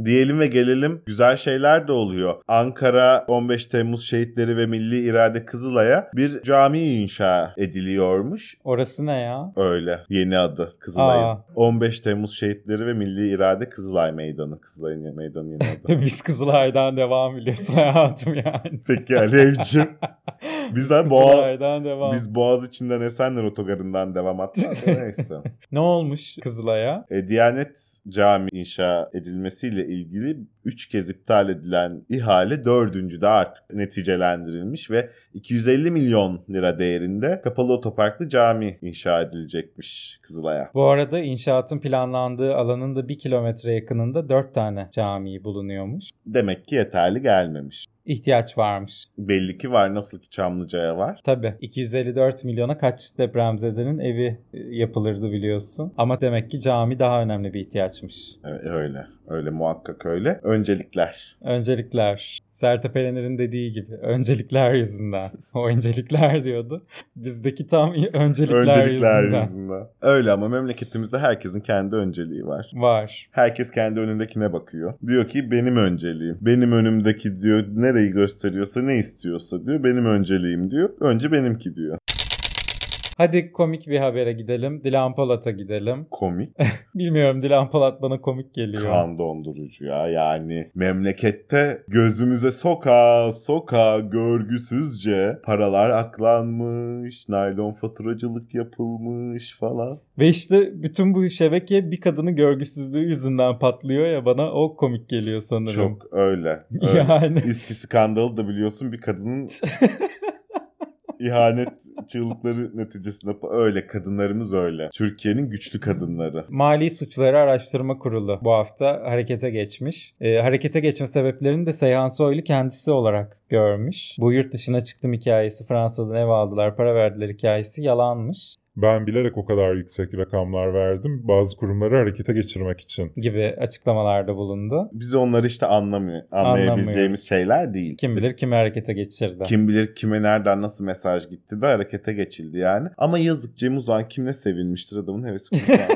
Speaker 4: Diyelim ve gelelim güzel şeyler de oluyor. Ankara 15 Temmuz Şehitleri ve Milli İrade Kızılay'a bir cami inşa ediliyormuş.
Speaker 3: Orası ne ya? [LAUGHS]
Speaker 4: Öyle yeni adı Kızılay'ın.
Speaker 3: Aa.
Speaker 4: 15 Temmuz Şehitleri ve Milli İrade Kızılay Meydanı. Kızılay'ın meydanı yeni adı. [LAUGHS]
Speaker 3: Biz Kızılay'dan devam biliyorsun [LAUGHS] hayatım yani. [LAUGHS]
Speaker 4: Peki Alevciğim. Biz, ha Boğa-
Speaker 3: Kızılay'dan devam.
Speaker 4: Biz Boğaz içinden Esenler Otogarı'ndan
Speaker 3: [LAUGHS]
Speaker 4: devam attık. Neyse.
Speaker 3: Ne olmuş Kızılay'a?
Speaker 4: E, Diyanet Cami inşa edilmesiyle ilgili 3 kez iptal edilen ihale dördüncü de artık neticelendirilmiş ve 250 milyon lira değerinde kapalı otoparklı cami inşa edilecekmiş Kızılay'a.
Speaker 3: Bu arada inşaatın planlandığı alanın da bir kilometre yakınında dört tane cami bulunuyormuş.
Speaker 4: Demek ki yeterli gelmemiş.
Speaker 3: İhtiyaç varmış.
Speaker 4: Belli ki var nasıl ki Çamlıca'ya var.
Speaker 3: Tabii 254 milyona kaç depremzedenin evi e, yapılırdı biliyorsun. Ama demek ki cami daha önemli bir ihtiyaçmış.
Speaker 4: Evet, E, öyle. Öyle muhakkak öyle. Öncelikler.
Speaker 3: Öncelikler. Sertab Erener'in dediği gibi öncelikler yüzünden. [LAUGHS] O öncelikler diyordu. Bizdeki tam i- öncelikler,
Speaker 4: Öncelikler
Speaker 3: yüzünden.
Speaker 4: yüzünden. Öyle ama memleketimizde herkesin kendi önceliği var.
Speaker 3: Var.
Speaker 4: Herkes kendi önündekine bakıyor. Diyor ki benim önceliğim. Benim önümdeki diyor nereyi gösteriyorsa ne istiyorsa diyor benim önceliğim diyor. Önce benimki diyor.
Speaker 3: Hadi komik bir habere gidelim. Dilan Polat'a gidelim.
Speaker 4: Komik,
Speaker 3: Bilmiyorum Dilan Polat bana komik geliyor.
Speaker 4: kan dondurucu ya. Yani memlekette gözümüze soka soka görgüsüzce paralar aklanmış, naylon faturacılık yapılmış falan.
Speaker 3: Ve işte bütün bu şebeke bir kadının görgüsüzlüğü yüzünden patlıyor ya bana o komik geliyor [LAUGHS] sanırım.
Speaker 4: Çok öyle. öyle.
Speaker 3: Yani.
Speaker 4: [LAUGHS] İSKİ skandalı da biliyorsun
Speaker 3: [LAUGHS]
Speaker 4: bir kadının ihanet çığlıkları neticesinde öyle kadınlarımız öyle. Türkiye'nin güçlü kadınları.
Speaker 3: Mali Suçları Araştırma Kurulu bu hafta harekete geçmiş. Ee, harekete geçme sebeplerini de Seyhan Soylu kendisi olarak görmüş. Bu yurt dışına çıktım hikayesi, Fransa'dan ev aldılar, para verdiler hikayesi yalanmış
Speaker 6: Ben bilerek o kadar yüksek rakamlar verdim. Bazı kurumları harekete geçirmek için.
Speaker 3: gibi açıklamalarda bulundu.
Speaker 4: Biz onları işte anlamıyor, anlayabileceğimiz şeyler değil.
Speaker 3: Kim bilir kimi harekete geçirdi.
Speaker 4: Kim bilir kime nereden
Speaker 3: [LAUGHS]
Speaker 4: nasıl mesaj gitti de harekete geçildi yani. Ama yazık Cem Uzan kimle sevinmiştir adamın hevesi kurtar.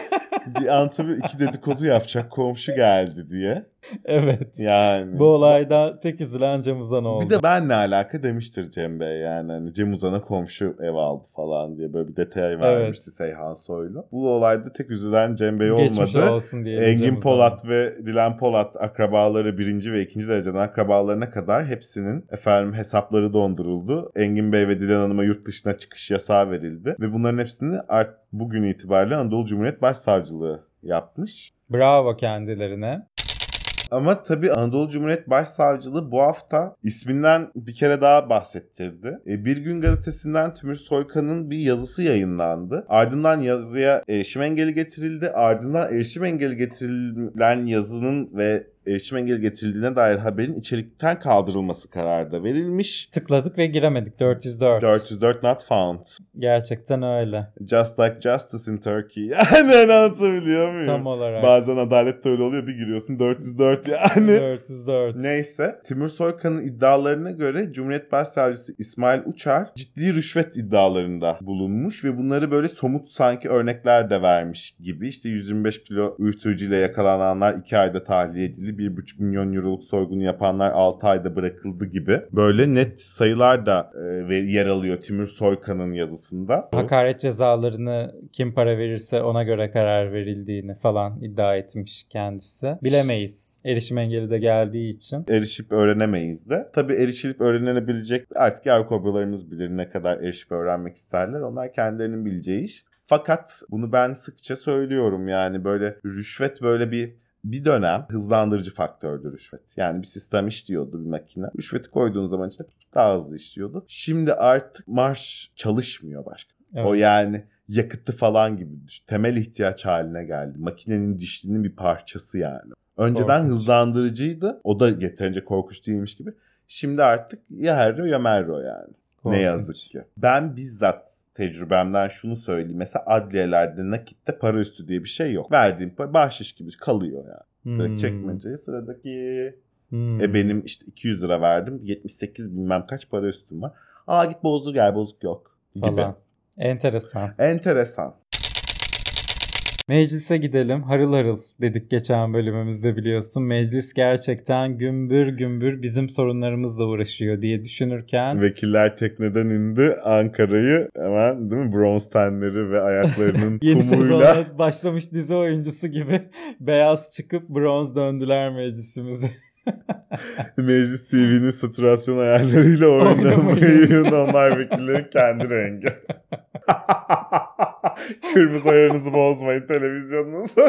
Speaker 4: Antalya'da iki dedikodu yapacak komşu geldi diye.
Speaker 3: [LAUGHS] evet.
Speaker 4: Yani.
Speaker 3: Bu olayda tek üzülen Cem Uzan oldu.
Speaker 4: Bir de benle alaka demiştir Cem Bey yani hani Cem Uzan'a komşu ev aldı falan diye böyle bir detay vermişti Seyhan Soylu. Bu olayda tek üzülen Cem Bey
Speaker 3: Geçmiş
Speaker 4: olmadı.
Speaker 3: olsun diye.
Speaker 4: Engin Polat ve Dilan Polat akrabaları birinci ve ikinci dereceden akrabalarına kadar hepsinin efendim hesapları donduruldu. Engin Bey ve Dilan Hanım'a yurt dışına çıkış yasağı verildi ve bunların hepsini art bugün itibariyle Anadolu Cumhuriyet Başsavcılığı yapmış.
Speaker 3: Bravo kendilerine.
Speaker 4: Ama tabii Anadolu Cumhuriyet Başsavcılığı bu hafta isminden bir kere daha bahsettirdi. E, bir gün gazetesinden Tümür Soykan'ın bir yazısı yayınlandı. Ardından yazıya erişim engeli getirildi. Ardından erişim engeli getirilen yazının ve erişim engeli getirildiğine dair haberin içerikten kaldırılması kararı da verilmiş.
Speaker 3: Tıkladık ve giremedik 404.
Speaker 4: 404 not found.
Speaker 3: Gerçekten öyle.
Speaker 4: Just like justice in Turkey. [LAUGHS] Yani ne anlatabiliyor muyum?
Speaker 3: Tam olarak.
Speaker 4: Bazen adalet de öyle oluyor bir giriyorsun 404 yani.
Speaker 3: 404.
Speaker 4: Neyse Timur Soykan'ın iddialarına göre Cumhuriyet Başsavcısı İsmail Uçar ciddi rüşvet iddialarında bulunmuş ve bunları böyle somut sanki örnekler de vermiş gibi. İşte 125 kilo uyuşturucuyla yakalananlar 2 ayda tahliye edildi. 1,5 milyon euroluk soygunu yapanlar 6 ayda bırakıldı gibi. Böyle net sayılar da e, ve- yer alıyor Timur Soykan'ın yazısında.
Speaker 3: Hakaret cezalarını kim para verirse ona göre karar verildiğini falan iddia etmiş kendisi. Bilemeyiz. Erişim engeli de geldiği için.
Speaker 4: erişip öğrenemeyiz de. Tabii erişilip öğrenilebilecek artık yer kobralarımız bilir ne kadar erişip öğrenmek isterler. Onlar kendilerinin bileceği iş. Fakat bunu ben sıkça söylüyorum yani böyle rüşvet böyle bir bir dönem hızlandırıcı faktördü rüşvet. Yani bir sistem işliyordu bir makine. Rüşveti koyduğun zaman işte daha hızlı işliyordu. Şimdi artık marş çalışmıyor başka.
Speaker 3: Evet.
Speaker 4: O yani yakıtı falan gibi düş- temel ihtiyaç haline geldi. Makinenin dişlinin bir parçası yani. Önceden
Speaker 3: Korkunç.
Speaker 4: hızlandırıcıydı. O da yeterince korkunç değilmiş gibi. Şimdi artık ya Herro ya Merro yani.
Speaker 3: Korkunç.
Speaker 4: Ne yazık ki. Ben bizzat tecrübemden şunu söyleyeyim. Mesela adliyelerde nakitte para üstü diye bir şey yok. Verdiğim para bahşiş gibi kalıyor yani. Direkt
Speaker 3: Hmm.
Speaker 4: çekmeceye sıradaki
Speaker 3: Hmm.
Speaker 4: e benim işte 200 lira verdim. 78 bilmem kaç para üstüm var. Aa git bozdur gel bozuk yok. Gibi.
Speaker 3: falan. Enteresan.
Speaker 4: Enteresan.
Speaker 3: Meclise gidelim. Harıl harıl dedik geçen bölümümüzde biliyorsun. Meclis gerçekten gümbür gümbür bizim sorunlarımızla uğraşıyor diye düşünürken
Speaker 4: Vekiller tekneden indi Ankara'yı hemen değil mi bronz tenleri ve ayaklarının
Speaker 3: [LAUGHS] yeni
Speaker 4: kumuyla
Speaker 3: sezonda başlamış dizi oyuncusu gibi [LAUGHS] beyaz çıkıp bronz döndüler meclisimize.
Speaker 4: [LAUGHS] Meclis TV'nin saturasyon ayarlarıyla oynamayın. Onlar vekillerin
Speaker 3: [LAUGHS]
Speaker 4: kendi rengi. [LAUGHS] Kırmızı ayarınızı bozmayın televizyonunuzu.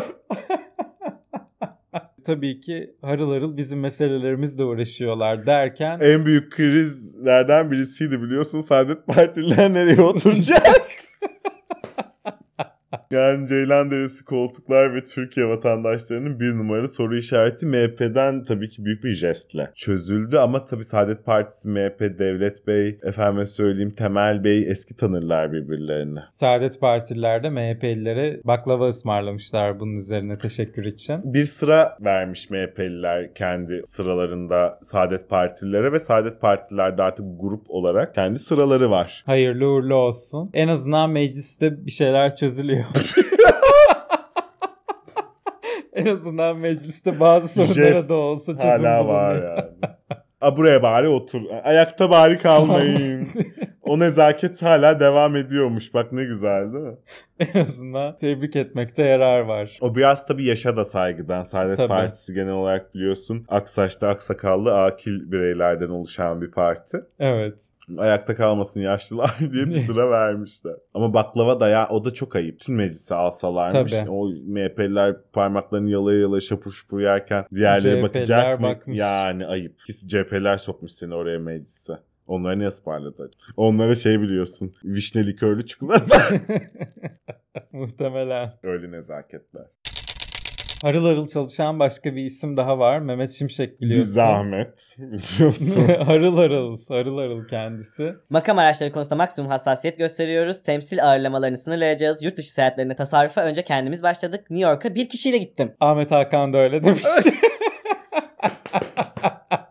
Speaker 3: Tabii ki harıl harıl bizim meselelerimizle uğraşıyorlar derken
Speaker 4: en büyük krizlerden birisiydi biliyorsun. Saadet Partililer nereye oturacak? Yani Ceylan Deresi koltuklar ve Türkiye vatandaşlarının bir numaralı soru işareti MHP'den tabii ki büyük bir jestle çözüldü ama tabii Saadet Partisi, MHP, Devlet Bey, efendime söyleyeyim Temel Bey eski tanırlar birbirlerini.
Speaker 3: Saadet Partililerde MHP'lilere baklava ısmarlamışlar bunun üzerine teşekkür için.
Speaker 4: bir sıra vermiş MHP'liler kendi sıralarında Saadet Partililere ve Saadet Partililerde artık grup olarak kendi sıraları var.
Speaker 3: Hayırlı uğurlu olsun. En azından mecliste bir şeyler çözülüyor. [LAUGHS] en azından mecliste bazı sorunlara
Speaker 4: Jest
Speaker 3: da olsa çözüm
Speaker 4: Hala var
Speaker 3: bulunuyor.
Speaker 4: yani. A buraya bari otur. Ayakta
Speaker 3: [LAUGHS]
Speaker 4: bari kalmayın. o nezaket hala devam ediyormuş. Bak ne güzel değil mi?
Speaker 3: En azından tebrik etmekte yarar var.
Speaker 4: O biraz tabii yaşa da saygıdan. Saadet
Speaker 3: Tabii.
Speaker 4: Partisi genel olarak biliyorsun aksaçlı aksakallı akil bireylerden oluşan bir parti.
Speaker 3: Evet. [LAUGHS]
Speaker 4: Ayakta kalmasın yaşlılar [LAUGHS] diye bir sıra vermişler. Ama baklava da ya o da çok ayıp. Tüm meclisi alsalarmış.
Speaker 3: Tabii.
Speaker 4: O MHP'liler parmaklarını yalaya yalaya şapur şupur yerken diğerleri
Speaker 3: CHP'liler
Speaker 4: bakacak mı?
Speaker 3: bakmış.
Speaker 4: Yani ayıp. Kesin CHP'ler sokmuş seni oraya meclise. Onları ne ısmarladı? Onlara şey biliyorsun. Vişne likörlü çikolata. [LAUGHS]
Speaker 3: Muhtemelen.
Speaker 4: Öyle nezaketler.
Speaker 3: Harıl harıl çalışan başka bir isim daha var. Mehmet Şimşek
Speaker 4: Bir
Speaker 3: biliyorsun.
Speaker 4: zahmet. [LAUGHS] Biliyorsun.
Speaker 3: [LAUGHS] harıl harıl. Harıl harıl kendisi.
Speaker 5: Makam araçları konusunda maksimum hassasiyet gösteriyoruz. Temsil ağırlamalarını sınırlayacağız. Yurt dışı seyahatlerine tasarrufa önce kendimiz başladık. New York'a bir kişiyle gittim.
Speaker 3: Ahmet Hakan da öyle demişti. [LAUGHS]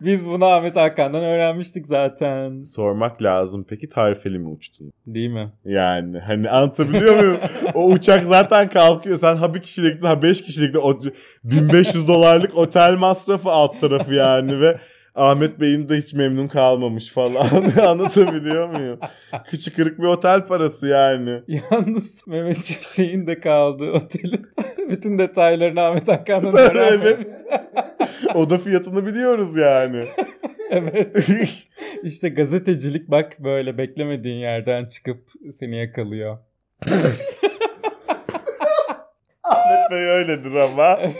Speaker 3: Biz bunu Ahmet Hakan'dan öğrenmiştik zaten.
Speaker 4: Sormak lazım peki tarifeli mi uçtun?
Speaker 3: Değil mi? [LAUGHS]
Speaker 4: Yani hani anlatabiliyor muyum? o uçak zaten kalkıyor. Sen ha bir kişilikte ha beş kişilikte o 1500 dolarlık otel masrafı alt tarafı yani ve Ahmet Bey'in de hiç memnun kalmamış falan. [LAUGHS] Anlatabiliyor muyum? Küçük kırık bir otel parası yani.
Speaker 3: Yalnız Mehmet Şimşek'in de kaldığı otelin [LAUGHS] bütün detaylarını Ahmet Hakan'dan
Speaker 4: [LAUGHS] Evet.
Speaker 3: öğrenmemiz.
Speaker 4: Oda fiyatını biliyoruz yani.
Speaker 3: evet. [LAUGHS] İşte gazetecilik bak böyle beklemediğin yerden çıkıp seni yakalıyor.
Speaker 4: Ahmet Bey öyledir ama. [LAUGHS]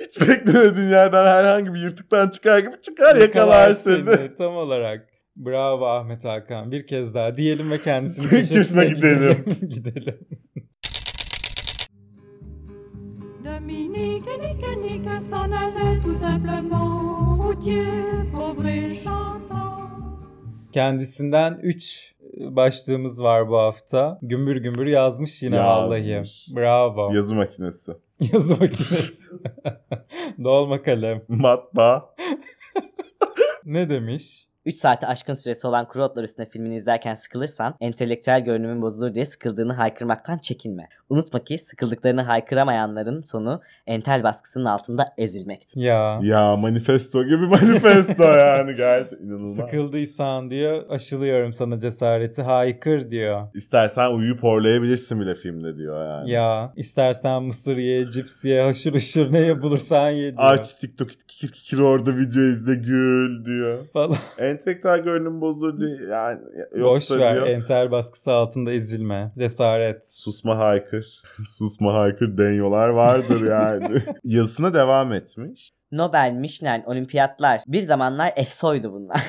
Speaker 4: Hiç beklemediğin yerden herhangi bir yırtıktan çıkar gibi çıkar yakalar seni.
Speaker 3: Tam olarak. Bravo Ahmet Hakan. Bir kez daha diyelim ve
Speaker 4: [LAUGHS]
Speaker 3: kendisinin
Speaker 4: Köşesine
Speaker 3: gidelim. [LAUGHS] gidelim.
Speaker 7: Dominique et Nika Nika s'en allaient e tout simplement. Routier, pauvre et chantant.
Speaker 3: Kendisinden 3 başlığımız var bu hafta. Gümbür gümbür yazmış yine
Speaker 4: Yazmış.
Speaker 3: vallahi. Bravo.
Speaker 4: Yazı makinesi.
Speaker 3: [LAUGHS] Yazı makinesi. [LAUGHS] Dolma kalem.
Speaker 4: Matbaa.
Speaker 3: Ne demiş?
Speaker 5: 3 saate aşkın süresi olan Kuru Otlar Üstüne filmini izlerken sıkılırsan entelektüel görünümün bozulur diye sıkıldığını haykırmaktan çekinme. Unutma ki sıkıldıklarını haykıramayanların sonu entel baskısının altında ezilmektir.
Speaker 3: Ya.
Speaker 4: Ya manifesto gibi [LAUGHS] manifesto yani gerçi inanılmaz.
Speaker 3: Sıkıldıysan diyor aşılıyorum sana cesareti haykır diyor.
Speaker 4: İstersen uyuyup horlayabilirsin bile filmde diyor yani.
Speaker 3: Ya istersen mısır ye, cips ye, haşır huşur ne ye bulursan ye diyor.
Speaker 4: Aç TikTok kikir orada video izle gül diyor.
Speaker 3: Falan.
Speaker 4: Entektüel görünüm bozulur diye yani
Speaker 3: Boş
Speaker 4: yoksa
Speaker 3: ver
Speaker 4: diyor.
Speaker 3: entel baskısı altında ezilme. Cesaret.
Speaker 4: Susma haykır. [LAUGHS] Susma haykır denyolar vardır
Speaker 3: [LAUGHS]
Speaker 4: yani. Yazısına devam etmiş.
Speaker 5: Nobel, Michelin, olimpiyatlar bir zamanlar efsoydu bunlar.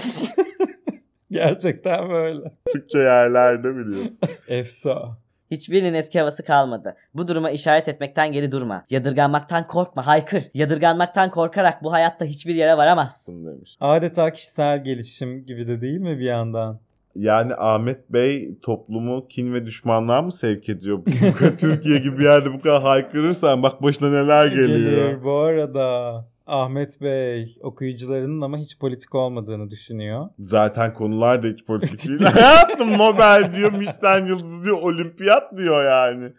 Speaker 5: [LAUGHS]
Speaker 3: Gerçekten böyle.
Speaker 4: Türkçe yerlerde biliyorsun.
Speaker 3: Efsa.
Speaker 5: Hiçbirinin eski havası kalmadı. Bu duruma işaret etmekten geri durma. Yadırganmaktan korkma, haykır. Yadırganmaktan korkarak bu hayatta hiçbir yere varamazsın.
Speaker 4: Aslında demiş.
Speaker 3: Adeta kişisel gelişim gibi de değil mi bir yandan?
Speaker 4: Yani Ahmet Bey toplumu kin ve düşmanlığa mı sevk ediyor? Bu kadar [LAUGHS] Türkiye gibi bir yerde bu kadar haykırırsan bak başına neler geliyor.
Speaker 3: Gelir bu arada. Ahmet Bey okuyucularının ama hiç politik olmadığını düşünüyor.
Speaker 4: Zaten konular da
Speaker 3: [LAUGHS]
Speaker 4: hiç politik değil. Hayatım Nobel diyor, Michelin Yıldızı diyor, Olimpiyat diyor yani.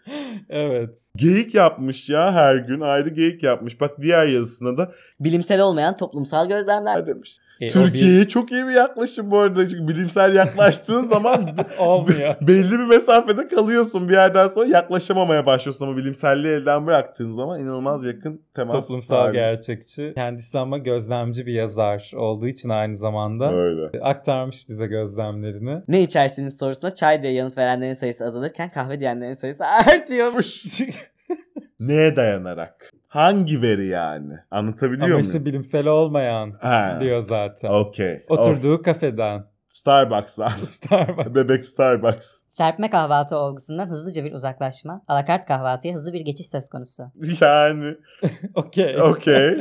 Speaker 3: Evet.
Speaker 4: Geyik yapmış ya her gün ayrı geyik yapmış. Bak diğer yazısına da
Speaker 5: Bilimsel olmayan toplumsal gözlemler.
Speaker 4: "Ha," demiş.
Speaker 3: E, o
Speaker 4: Türkiye'ye çok iyi bir yaklaşım bu arada. Çünkü
Speaker 3: [LAUGHS]
Speaker 4: bilimsel yaklaştığın zaman
Speaker 3: bir-
Speaker 4: [LAUGHS]
Speaker 3: olmuyor.
Speaker 4: belli bir mesafede kalıyorsun. Bir yerden sonra yaklaşamamaya başlıyorsun ama bilimselliği elden bıraktığın zaman inanılmaz yakın temas.
Speaker 3: Toplumsal
Speaker 4: sahibi.
Speaker 3: gerçekçi. Kendisi ama gözlemci bir yazar olduğu için aynı zamanda
Speaker 4: Öyle.
Speaker 3: aktarmış bize gözlemlerini.
Speaker 5: Ne içersiniz sorusuna çay diye yanıt verenlerin sayısı azalırken kahve diyenlerin sayısı [LAUGHS] artıyormuş.
Speaker 4: [LAUGHS] Neye dayanarak? Hangi veri yani? Anlatabiliyor
Speaker 3: ama
Speaker 4: muyum?
Speaker 3: işte bilimsel olmayan
Speaker 4: Ha.
Speaker 3: diyor zaten.
Speaker 4: Okey. Oturdu.
Speaker 3: Oturduğu kafeden.
Speaker 4: Starbucks'tan.
Speaker 3: [LAUGHS] Starbucks.
Speaker 4: Bebek Starbucks. [LAUGHS]
Speaker 1: Serpme kahvaltı olgusundan hızlıca bir uzaklaşma, alakart kahvaltıya hızlı bir geçiş söz konusu.
Speaker 4: Yani
Speaker 3: Okey.
Speaker 4: okey.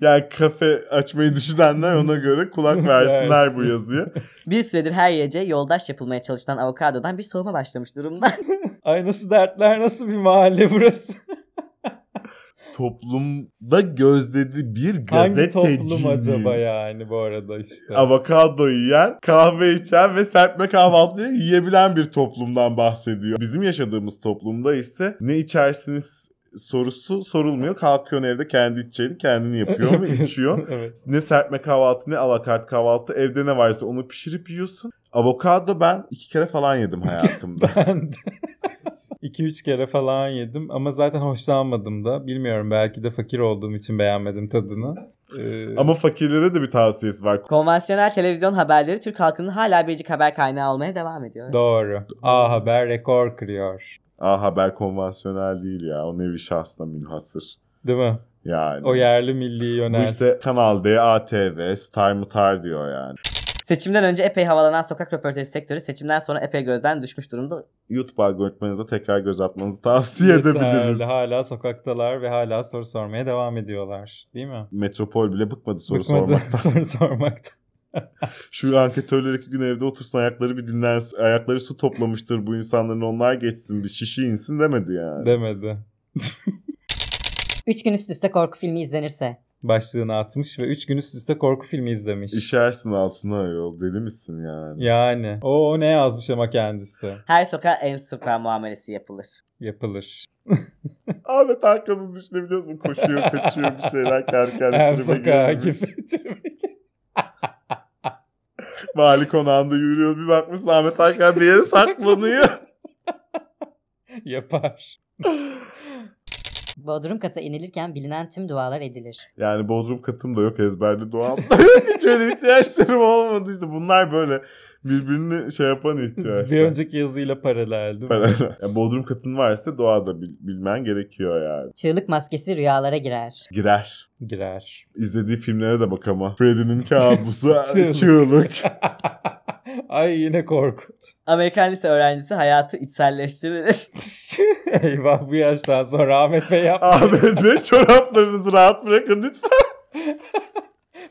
Speaker 4: yani kafe açmayı düşünenler ona
Speaker 3: [LAUGHS]
Speaker 4: göre kulak versinler bu
Speaker 3: Versin.
Speaker 4: yazıya.
Speaker 5: bir süredir her yiyece yoldaş yapılmaya çalışılan avokadodan bir soğuma başlamış durumda.
Speaker 3: [LAUGHS]
Speaker 5: [LAUGHS]
Speaker 3: Ay nasıl dertler nasıl bir mahalle burası.
Speaker 4: Toplumda gözlediği bir
Speaker 3: Hangi
Speaker 4: gazetecinin
Speaker 3: toplum acaba yani bu arada işte. [LAUGHS]
Speaker 4: avokado yiyen, kahve içen ve serpme kahvaltıyı yiyebilen bir toplumdan bahsediyor. Bizim yaşadığımız toplumda ise ne içersiniz sorusu sorulmuyor. Kalkıyorsun evde kendi içeceğini kendini yapıyor ve içiyor.
Speaker 3: [LAUGHS] evet.
Speaker 4: Ne serpme kahvaltı ne alakart kahvaltı evde ne varsa onu pişirip yiyorsun. Avokado ben iki kere falan
Speaker 3: [LAUGHS]
Speaker 4: yedim hayatımda.
Speaker 3: Ben 2-3 kere falan yedim ama zaten hoşlanmadım da. Bilmiyorum belki de fakir olduğum için beğenmedim tadını. Ee,
Speaker 4: Ama fakirlere de bir tavsiyesi var.
Speaker 5: Konvansiyonel televizyon haberleri Türk halkının hala biricik haber kaynağı olmaya devam ediyor.
Speaker 3: Doğru. A Haber rekor kırıyor.
Speaker 4: A Haber konvansiyonel değil ya. O nevi şahsına münhasır.
Speaker 3: Değil mi?
Speaker 4: Yani.
Speaker 3: O yerli milli
Speaker 4: Bu
Speaker 3: yönel.
Speaker 4: işte Kanal D, ATV, Star Mutar diyor yani.
Speaker 5: Seçimden önce epey havalanan sokak röportajı sektörü seçimden sonra epey gözden düşmüş durumda.
Speaker 4: YouTube algoritmanıza tekrar göz atmanızı tavsiye
Speaker 3: Yeterli.
Speaker 4: edebiliriz.
Speaker 3: Hala sokaktalar ve hala soru sormaya devam ediyorlar. Değil mi?
Speaker 4: Metropol bile bıkmadı soru
Speaker 3: Bıkmadı [LAUGHS]
Speaker 4: sormak.
Speaker 3: soru sormaktan.
Speaker 4: [LAUGHS] Şu anketörler iki gün evde otursun ayakları bir dinlensin. Ayakları su toplamıştır bu insanların onlar geçsin bir şişi insin demedi yani.
Speaker 3: Demedi.
Speaker 1: 3 gün üst üste korku filmi izlenirse,
Speaker 3: başlığını atmış ve 3 gün üst üste korku filmi izlemiş.
Speaker 4: İşersin altına ayol deli
Speaker 3: [LAUGHS]
Speaker 4: misin yani?
Speaker 3: Yani. O, o ne yazmış ama kendisi.
Speaker 5: Her sokağa en süper muamelesi yapılır.
Speaker 3: Yapılır.
Speaker 4: Ahmet Hakan'ı düşünebiliyor musun? Koşuyor kaçıyor bir şeyler kendi
Speaker 3: Her
Speaker 4: kendine tribe
Speaker 3: sokağa
Speaker 4: girmiş.
Speaker 3: gibi. tribe girmiş.
Speaker 4: Vali konağında yürüyor bir bakmışsın Ahmet Hakan bir yere saklanıyor.
Speaker 3: [LAUGHS] Yapar.
Speaker 1: Bodrum kata inilirken bilinen tüm dualar edilir.
Speaker 4: Yani Bodrum katım da yok ezberli doğam. [LAUGHS] Hiç öyle ihtiyaçlarım olmadı işte. Bunlar böyle birbirini şey yapan
Speaker 3: Bir
Speaker 4: ihtiyaçlar.
Speaker 3: önceki yazıyla paralel değil mi?
Speaker 4: [LAUGHS] Paralel. Yani Bodrum katın varsa doğa da bil- bilmen gerekiyor yani.
Speaker 1: Çığlık maskesi rüyalara girer.
Speaker 4: Girer.
Speaker 3: Girer.
Speaker 4: İzlediği filmlere de bak ama. Freddy'nin
Speaker 3: [LAUGHS]
Speaker 4: kabusu
Speaker 3: Çığlık.
Speaker 4: çığlık.
Speaker 3: [LAUGHS] Ay yine korkut.
Speaker 5: Amerikan lise öğrencisi hayatı içselleştirir.
Speaker 3: [LAUGHS] Eyvah bu yaştan sonra Ahmet Bey yap.
Speaker 4: Ahmet Bey çoraplarınızı rahat bırakın lütfen.
Speaker 3: [LAUGHS]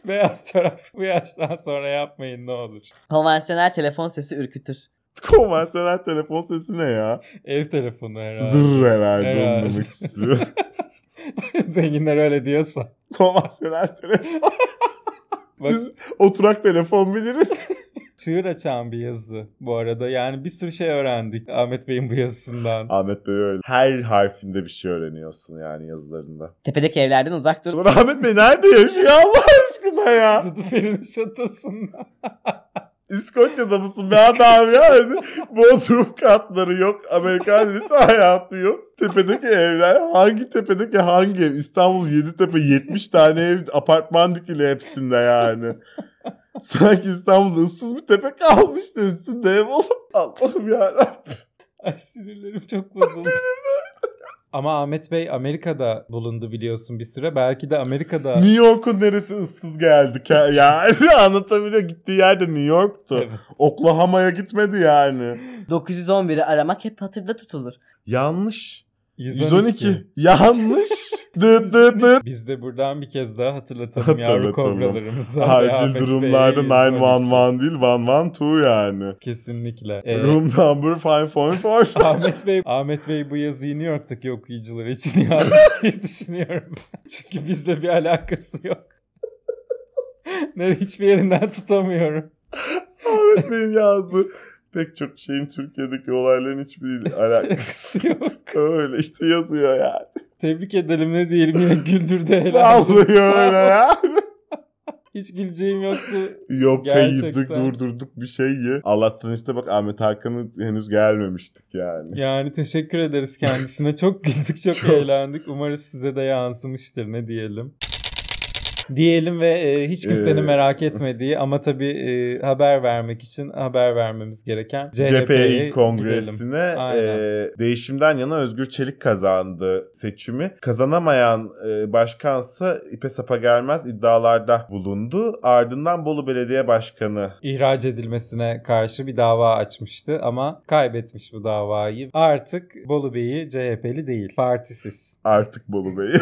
Speaker 3: Beyaz çorap bu yaştan sonra yapmayın ne olur.
Speaker 5: [LAUGHS] Konvansiyonel telefon sesi ürkütür.
Speaker 4: Konvansiyonel telefon sesi ne ya?
Speaker 3: Ev telefonu herhalde.
Speaker 4: Zırr herhalde
Speaker 3: Herhalde.
Speaker 4: onu demek istiyor.
Speaker 3: [LAUGHS] Zenginler öyle diyorsa.
Speaker 4: Konvansiyonel telefon.
Speaker 3: Bak
Speaker 4: Biz oturak telefon biliriz.
Speaker 3: çığır açan bir yazı bu arada. Yani bir sürü şey öğrendik Ahmet Bey'in bu
Speaker 4: [LAUGHS]
Speaker 3: yazısından.
Speaker 4: Ahmet Bey öyle. Her harfinde bir şey öğreniyorsun yani yazılarında.
Speaker 5: Tepedeki evlerden uzak dur.
Speaker 4: Ulan Ahmet Bey nerede yaşıyor Allah aşkına ya?
Speaker 3: Dudu Feri'nin şatosunda. [LAUGHS]
Speaker 4: İskoçya'da mısın be adam ya? Yani Bodrum katları yok. Amerikan lise hayatı yok. Tepedeki evler hangi tepedeki hangi ev? İstanbul Yeditepe 70 tane ev apartman dikili hepsinde yani. Sanki İstanbul'da ıssız bir tepe kalmıştı üstünde ev olup. Allah'ım yarabbim.
Speaker 3: Ay sinirlerim çok
Speaker 4: [LAUGHS]
Speaker 3: bozuldu. Ama Ahmet Bey Amerika'da bulundu biliyorsun bir süre. Belki de Amerika'da
Speaker 4: New York'un neresi ıssız geldi? Ke- Yani [LAUGHS] anlatabiliyor. Gittiği yerde New York'tu.
Speaker 3: Evet.
Speaker 4: Oklahoma'ya gitmedi yani.
Speaker 5: 911'i aramak hep hatırda tutulur.
Speaker 4: Yanlış.
Speaker 3: 112.
Speaker 4: 112. Yanlış. dıt dıt dıt.
Speaker 3: Biz de buradan bir kez daha hatırlatalım yavru
Speaker 4: Hatırlatalım.
Speaker 3: kobralarımıza. ve Ahmet
Speaker 4: Acil
Speaker 3: Bey'e
Speaker 4: durumlarda
Speaker 3: 112.
Speaker 4: 911 değil 112 yani.
Speaker 3: Kesinlikle. Ee,
Speaker 4: Room number 545.
Speaker 3: Ahmet Bey Ahmet Bey bu yazıyı New York'taki okuyucular için [LAUGHS] yazmış diye düşünüyorum. Çünkü bizle bir alakası yok. Nere hiçbir yerinden tutamıyorum. [LAUGHS]
Speaker 4: Ahmet Bey'in yazdığı pek çok şeyin Türkiye'deki olayların hiçbiriyle alakası
Speaker 3: Yok.
Speaker 4: Öyle işte yazıyor yani.
Speaker 3: Tebrik edelim ne diyelim yine güldürdü helal. olsun.
Speaker 4: Vallahi öyle ya.
Speaker 3: Hiç güleceğim yoktu.
Speaker 4: Yok
Speaker 3: Gerçekten.
Speaker 4: kayıttık durdurduk bir şeyi. Allah'tan işte bak Ahmet Hakan'ı henüz gelmemiştik yani.
Speaker 3: Yani teşekkür ederiz
Speaker 4: [LAUGHS]
Speaker 3: kendisine. Çok güldük, çok,
Speaker 4: Çok.
Speaker 3: eğlendik. Umarız size de yansımıştır ne diyelim. Diyelim ve e, hiç kimsenin
Speaker 4: Ee,
Speaker 3: merak etmediği ama tabii e, haber vermek için haber vermemiz gereken CHP'ye
Speaker 4: CHP
Speaker 3: kongresi.
Speaker 4: Kongresi'ne
Speaker 3: Aynen.
Speaker 4: e, değişimden yana Özgür Çelik kazandı seçimi. Kazanamayan e, başkansa ipe sapa gelmez iddialarda bulundu. Ardından Bolu Belediye Başkanı
Speaker 3: ihraç edilmesine karşı bir dava açmıştı ama kaybetmiş bu davayı. Artık Bolu Bey'i CHP'li değil, partisiz.
Speaker 4: artık Bolu Bey'i.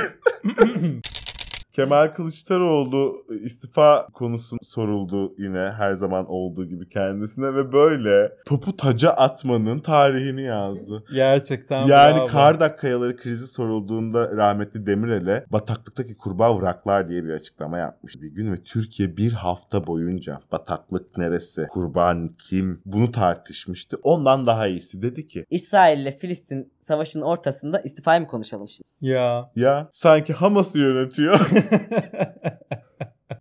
Speaker 4: Kemal Kılıçdaroğlu istifa konusu soruldu yine her zaman olduğu gibi kendisine ve böyle topu taca atmanın tarihini yazdı.
Speaker 3: Gerçekten
Speaker 4: Yani
Speaker 3: bravo.
Speaker 4: Kardak Kayaları krizi sorulduğunda rahmetli Demirel'e bataklıktaki kurbağa bıraklar diye bir açıklama yapmış bir gün ve Türkiye bir hafta boyunca bataklık neresi, kurban kim bunu tartışmıştı. Ondan daha iyisi dedi ki
Speaker 5: İsrail ile Filistin savaşının ortasında istifayı mı konuşalım şimdi?
Speaker 3: Ya. [LAUGHS]
Speaker 4: ya sanki Hamas'ı yönetiyor.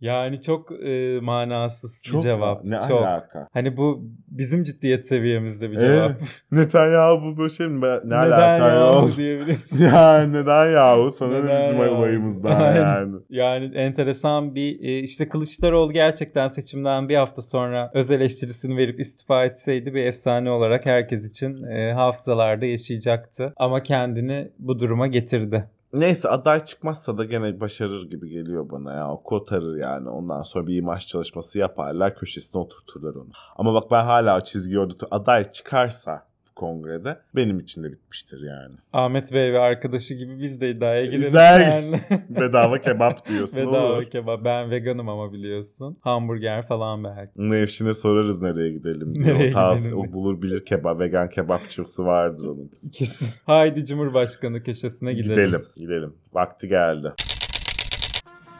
Speaker 3: yani çok e, manasız
Speaker 4: [LAUGHS] Çok
Speaker 3: bir cevap.
Speaker 4: Ne
Speaker 3: çok.
Speaker 4: alaka?
Speaker 3: Hani bu bizim ciddiyet seviyemizde bir
Speaker 4: Ee,
Speaker 3: cevap.
Speaker 4: Netanyahu bu böyle şey mi? Ne
Speaker 3: [LAUGHS] Neden
Speaker 4: alaka
Speaker 3: ya
Speaker 4: ya?
Speaker 3: bu diyebilirsin. [LAUGHS]
Speaker 4: [LAUGHS] ya neden yahu? Sana ne
Speaker 3: Neden
Speaker 4: bizim
Speaker 3: yahu?
Speaker 4: olayımızdan
Speaker 3: [LAUGHS] Aynen.
Speaker 4: yani.
Speaker 3: Yani enteresan bir e, işte Kılıçdaroğlu gerçekten seçimden bir hafta sonra öz eleştirisini verip istifa etseydi bir efsane olarak herkes için e, hafızalarda yaşayacaktı. Ama kendini bu duruma getirdi.
Speaker 4: Neyse aday çıkmazsa da gene başarır gibi geliyor bana ya. O kotarır yani. Ondan sonra bir imaj çalışması yaparlar. Köşesine oturturlar onu. Ama bak ben hala o çizgiyi orada tut- Aday çıkarsa bu kongrede benim için de bitmiştir yani.
Speaker 3: Ahmet Bey ve arkadaşı gibi biz de iddiaya girelim
Speaker 4: İddiaya- [LAUGHS]
Speaker 3: seninle. [LAUGHS]
Speaker 4: Bedava kebap diyorsun
Speaker 3: Bedava
Speaker 4: olur.
Speaker 3: kebap. Ben veganım ama biliyorsun. Hamburger falan belki.
Speaker 4: Nevşin'e sorarız nereye gidelim diye.
Speaker 3: Nereye
Speaker 4: o, tavsiye-
Speaker 3: gidelim
Speaker 4: o bulur bilir kebap, vegan kebapçısı vardır onun.
Speaker 3: Kesin. Haydi Cumhurbaşkanı köşesine
Speaker 4: gidelim. Gidelim. Vakti geldi.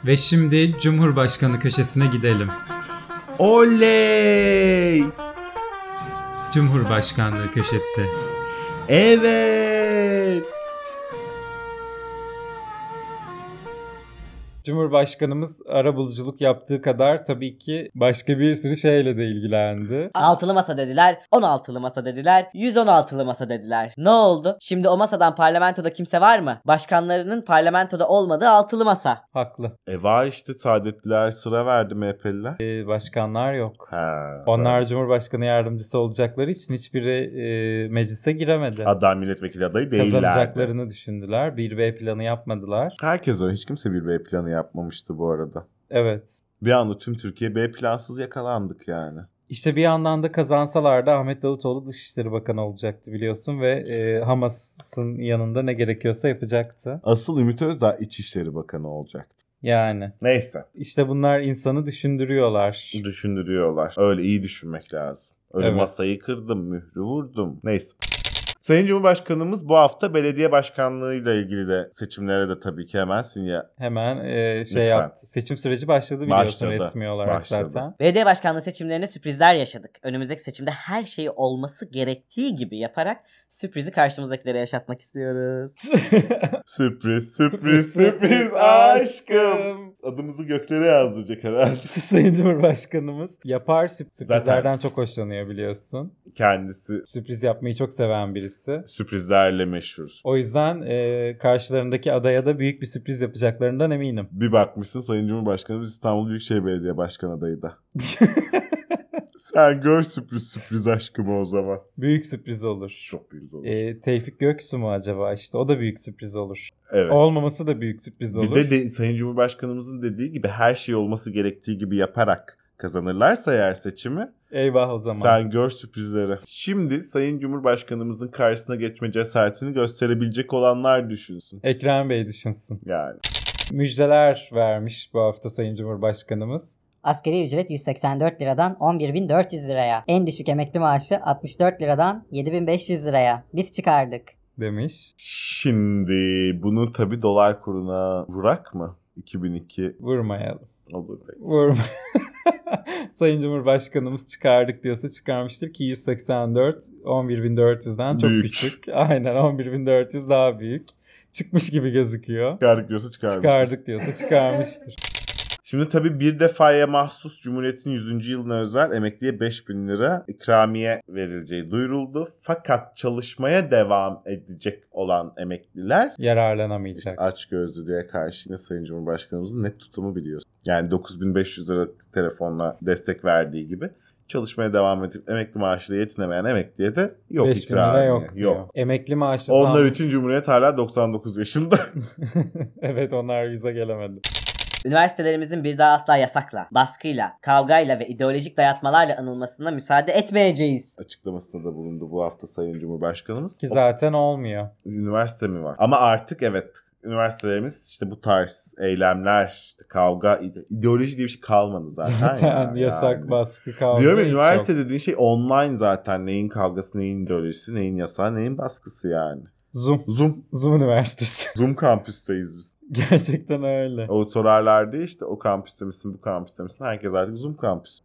Speaker 3: Ve şimdi Cumhurbaşkanı köşesine gidelim.
Speaker 8: Oley!
Speaker 3: Cumhurbaşkanlığı köşesi.
Speaker 8: Evet!
Speaker 3: Cumhurbaşkanımız arabuluculuk yaptığı kadar tabii ki başka bir sürü şeyle de ilgilendi.
Speaker 5: Altılı masa dediler, 16'lı masa dediler, 116'lı masa dediler. Ne oldu? Şimdi o masadan parlamentoda kimse var mı? Başkanlarının parlamentoda olmadığı altılı masa.
Speaker 3: Haklı.
Speaker 4: E var işte saadetliler sıra verdi MHP'liler.
Speaker 3: Ee, başkanlar yok.
Speaker 4: Ha.
Speaker 3: Onlar Cumhurbaşkanı yardımcısı olacakları için hiçbiri e, meclise giremedi.
Speaker 4: Adam milletvekili adayı değiller.
Speaker 3: Kazanacaklarını düşündüler. 1B planı yapmadılar.
Speaker 4: Herkes öyle. Hiç kimse bir B planı yapmamıştı bu arada.
Speaker 3: Evet.
Speaker 4: Bir anda tüm Türkiye B plansız yakalandık yani.
Speaker 3: İşte bir yandan da kazansalar da Ahmet Davutoğlu Dışişleri Bakanı olacaktı biliyorsun ve e, Hamas'ın yanında ne gerekiyorsa yapacaktı.
Speaker 4: Asıl Ümit Özdağ İçişleri Bakanı olacaktı.
Speaker 3: Yani
Speaker 4: Neyse.
Speaker 3: işte bunlar insanı düşündürüyorlar.
Speaker 4: Düşündürüyorlar. Öyle iyi düşünmek lazım. Öyle
Speaker 3: Evet.
Speaker 4: masayı kırdım, mührü vurdum. Neyse. Sayın Cumhurbaşkanımız bu hafta belediye başkanlığıyla ilgili de seçimlere de tabii ki hemen [LAUGHS] sinyal
Speaker 3: Hemen e, şey
Speaker 4: Lütfen.
Speaker 3: yaptı. Seçim süreci başladı biliyorsun
Speaker 4: Başladı.
Speaker 3: resmi olarak
Speaker 4: Başladı.
Speaker 3: zaten.
Speaker 5: Belediye başkanlığı seçimlerinde sürprizler yaşadık. Önümüzdeki seçimde her şeyi olması gerektiği gibi yaparak sürprizi karşımızdakilere yaşatmak istiyoruz.
Speaker 4: Sürpriz,
Speaker 3: [LAUGHS]
Speaker 4: sürpriz, sürpriz aşkım. Adımızı göklere yazdıracak herhalde. [LAUGHS]
Speaker 3: Sayın Cumhurbaşkanımız yapar sürp- sürprizlerden
Speaker 4: Zaten.
Speaker 3: çok hoşlanıyor biliyorsun.
Speaker 4: Kendisi
Speaker 3: Sürpriz yapmayı çok seven birisi.
Speaker 4: sürprizlerle meşhur.
Speaker 3: O yüzden e, karşılarındaki adaya da büyük bir sürpriz yapacaklarından eminim.
Speaker 4: Bir bakmışsın Sayın Cumhurbaşkanımız İstanbul Büyükşehir Belediye Başkan
Speaker 3: [LAUGHS]
Speaker 4: adayı da. Sen gör sürpriz sürpriz aşkımı o zaman.
Speaker 3: Büyük sürpriz olur.
Speaker 4: Çok büyük olur.
Speaker 3: E, Tevfik Göksu mu acaba işte o da büyük sürpriz olur.
Speaker 4: evet.
Speaker 3: Olmaması da büyük sürpriz olur.
Speaker 4: Bir de, de Sayın Cumhurbaşkanımızın dediği gibi her şey olması gerektiği gibi yaparak kazanırlarsa eğer seçimi
Speaker 3: Eyvah o zaman.
Speaker 4: sen gör sürprizleri. Şimdi Sayın Cumhurbaşkanımızın karşısına geçme cesaretini gösterebilecek olanlar düşünsün.
Speaker 3: Ekrem Bey düşünsün.
Speaker 4: Yani.
Speaker 3: Müjdeler vermiş bu hafta Sayın Cumhurbaşkanımız.
Speaker 1: Asgari ücret 184 liradan 11.400 liraya. En düşük emekli maaşı 64 liradan 7.500 liraya. Biz çıkardık.
Speaker 3: demiş.
Speaker 4: Şimdi bunu tabi dolar kuruna vurak mı? 2002
Speaker 3: Vurmayalım.
Speaker 4: olur. belki.
Speaker 3: Vurma. [LAUGHS] Sayın Cumhurbaşkanımız çıkardık diyorsa çıkarmıştır ki 184 11.400'den çok
Speaker 4: Büyük.
Speaker 3: küçük. Aynen 11.400 daha büyük. Çıkmış gibi gözüküyor.
Speaker 4: Çıkardık diyorsa çıkardık.
Speaker 3: Çıkardık diyorsa
Speaker 4: [LAUGHS]
Speaker 3: çıkarmıştır.
Speaker 4: Şimdi tabii bir defaya mahsus Cumhuriyet'in 100. yılına özel emekliye 5000 lira ikramiye verileceği duyuruldu. Fakat çalışmaya devam edecek olan emekliler işte
Speaker 3: Yararlanamayacak.
Speaker 4: aç diye karşı yine Sayın Cumhurbaşkanımızın net tutumu biliyoruz. Yani 9500 liralık telefonla destek verdiği gibi çalışmaya devam edip emekli maaşıyla yetinemeyen emekliye de yok
Speaker 3: 5000
Speaker 4: ikramiye.
Speaker 3: lira yok diyor. Emekli maaşı
Speaker 4: Onlar
Speaker 3: zam-
Speaker 4: için Cumhuriyet hala 99 yaşında. [LAUGHS]
Speaker 3: [LAUGHS] evet onlar vize gelemedi.
Speaker 5: Üniversitelerimizin bir daha asla yasakla, baskıyla, kavgayla ve ideolojik dayatmalarla anılmasına müsaade etmeyeceğiz.
Speaker 4: Açıklamasında da bulundu bu hafta Sayın Cumhurbaşkanımız.
Speaker 3: Ki zaten olmuyor.
Speaker 4: üniversite mi var? Ama artık evet üniversitelerimiz işte bu tarz eylemler, işte kavga, ide- ideoloji diye bir şey kalmadı zaten.
Speaker 3: Zaten
Speaker 4: ya,
Speaker 3: yasak
Speaker 4: yani.
Speaker 3: baskı kavga.
Speaker 4: Diyorum ya
Speaker 3: hiç
Speaker 4: üniversite
Speaker 3: yok.
Speaker 4: dediğin şey online zaten. Neyin kavgası, neyin ideolojisi, neyin yasağı, neyin baskısı yani.
Speaker 3: Zoom.
Speaker 4: Zoom.
Speaker 3: Zoom Üniversitesi. [LAUGHS]
Speaker 4: Zoom kampüsteyiz biz.
Speaker 3: Gerçekten öyle.
Speaker 4: O sorarlardı ya işte o kampüste misin, bu kampüste misin? Herkes artık Zoom kampüs.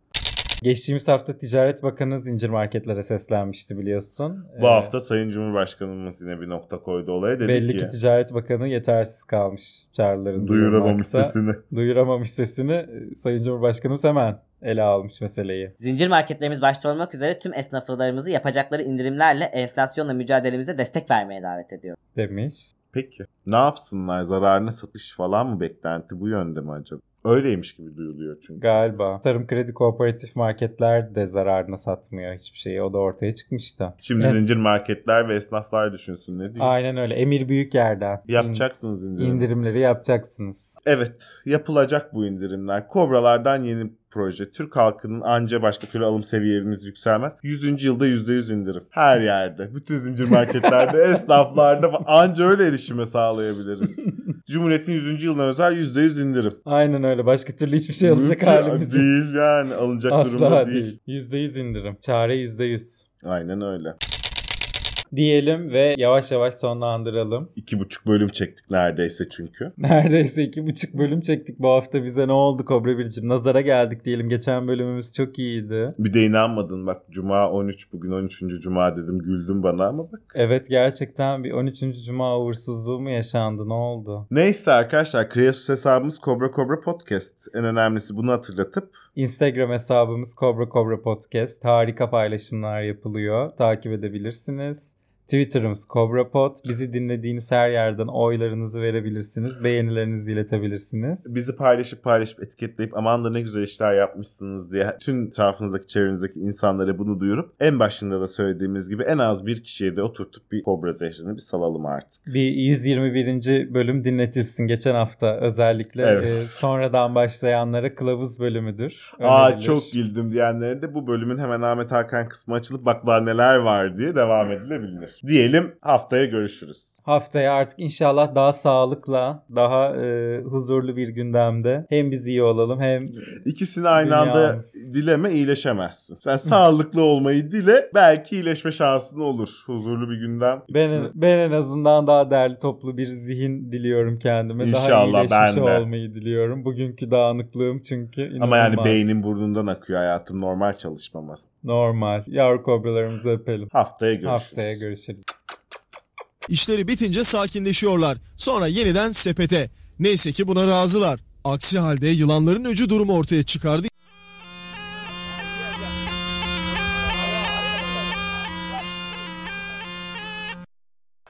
Speaker 3: Geçtiğimiz hafta Ticaret Bakanı zincir marketlere seslenmişti biliyorsun.
Speaker 4: Bu
Speaker 3: Ee,
Speaker 4: hafta Sayın Cumhurbaşkanımız yine bir nokta koydu olaya. Dedi
Speaker 3: belli
Speaker 4: ki,
Speaker 3: ki Ticaret Bakanı yetersiz kalmış çağrıların
Speaker 4: duyuramamış
Speaker 3: duyurmakta.
Speaker 4: sesini.
Speaker 3: Duyuramamış sesini e, Sayın Cumhurbaşkanımız hemen ele almış meseleyi.
Speaker 5: Zincir marketlerimiz başta olmak üzere tüm esnaflarımızı yapacakları indirimlerle enflasyonla mücadelemize destek vermeye davet ediyor.
Speaker 3: Demiş.
Speaker 4: Peki. Ne yapsınlar? Zararına satış falan mı beklenti bu yönde mi acaba? Öyleymiş gibi duyuluyor çünkü.
Speaker 3: Galiba. Tarım Kredi Kooperatif Marketler de zararına satmıyor hiçbir şeyi. O da ortaya çıkmıştı.
Speaker 4: Şimdi
Speaker 3: Evet.
Speaker 4: zincir marketler ve esnaflar düşünsün ne diyeyim.
Speaker 3: Aynen öyle. Emir Büyüker'den. in-
Speaker 4: Yapacaksınız indirim.
Speaker 3: indirimleri yapacaksınız.
Speaker 4: Evet yapılacak bu indirimler. Kobralardan yeni proje. Türk halkının anca başka türlü alım seviyemiz yükselmez. 100. yılda %100 indirim. Her yerde. Bütün
Speaker 3: [LAUGHS]
Speaker 4: zincir marketlerde, esnaflarda falan. anca öyle erişime sağlayabiliriz. Cumhuriyet'in 100. yılına özel %100 indirim.
Speaker 3: Aynen öyle. Başka türlü hiçbir şey alacak
Speaker 4: Mümkün
Speaker 3: halimiz yok.
Speaker 4: Değil yani alınacak durumda
Speaker 3: Asla
Speaker 4: değil.
Speaker 3: değil. %100 indirim. Çare %100.
Speaker 4: Aynen öyle.
Speaker 3: diyelim ve yavaş yavaş sonlandıralım. [LAUGHS]
Speaker 4: İki buçuk bölüm çektik neredeyse çünkü.
Speaker 3: Neredeyse iki buçuk bölüm çektik bu hafta bize ne oldu Kobra Biricim? Nazara geldik diyelim. Geçen bölümümüz çok iyiydi.
Speaker 4: Bir de inanmadın bak Cuma 13 bugün 13. Cuma dedim güldün bana ama bak.
Speaker 3: Evet gerçekten bir 13. Cuma uğursuzluğu mu yaşandı ne oldu?
Speaker 4: Neyse arkadaşlar Kreasus hesabımız Kobra Kobra Podcast. En önemlisi bunu hatırlatıp
Speaker 3: Instagram hesabımız Kobra Kobra Podcast. Harika paylaşımlar yapılıyor. Takip edebilirsiniz. Twitter'ımız Kobra Pod. Bizi dinlediğiniz her yerden oylarınızı verebilirsiniz. Beğenilerinizi iletebilirsiniz.
Speaker 4: bizi paylaşıp paylaşıp etiketleyip aman da ne güzel işler yapmışsınız diye tüm tarafınızdaki çevrenizdeki insanlara bunu duyurup en başında da söylediğimiz gibi en az bir kişiye de oturtup bir kobra zehrini bir salalım artık.
Speaker 3: Bir 121. bölüm dinletilsin geçen hafta özellikle
Speaker 4: Evet.
Speaker 3: e, sonradan başlayanlara kılavuz bölümüdür.
Speaker 4: Aa
Speaker 3: Önerilir.
Speaker 4: çok güldüm diyenlere de bu bölümün hemen Ahmet Hakan kısmı açılıp bak daha neler var diye devam edilebilir. Diyelim haftaya görüşürüz.
Speaker 3: Haftaya artık inşallah daha sağlıkla, daha e, huzurlu bir gündemde hem biz iyi olalım hem
Speaker 4: İkisini aynı anda
Speaker 3: Dünyamız.
Speaker 4: dileme iyileşemezsin. Sen sağlıklı olmayı dile belki iyileşme şansın olur. Huzurlu bir gündem. İkisini-
Speaker 3: ben, ben en azından daha değerli toplu bir zihin diliyorum kendime. daha
Speaker 4: İnşallah,
Speaker 3: iyileşmiş
Speaker 4: ben de.
Speaker 3: olmayı diliyorum. Bugünkü dağınıklığım çünkü inanılmaz.
Speaker 4: Ama yani beynin burnundan akıyor hayatım normal çalışmaması.
Speaker 3: Normal. Yavru kobralarımızı öpelim.
Speaker 4: Haftaya görüşürüz.
Speaker 3: Haftaya görüşürüz.
Speaker 2: İşleri bitince sakinleşiyorlar. Sonra yeniden sepete. Neyse ki buna razılar. Aksi halde yılanların öcü durumu ortaya çıkardı.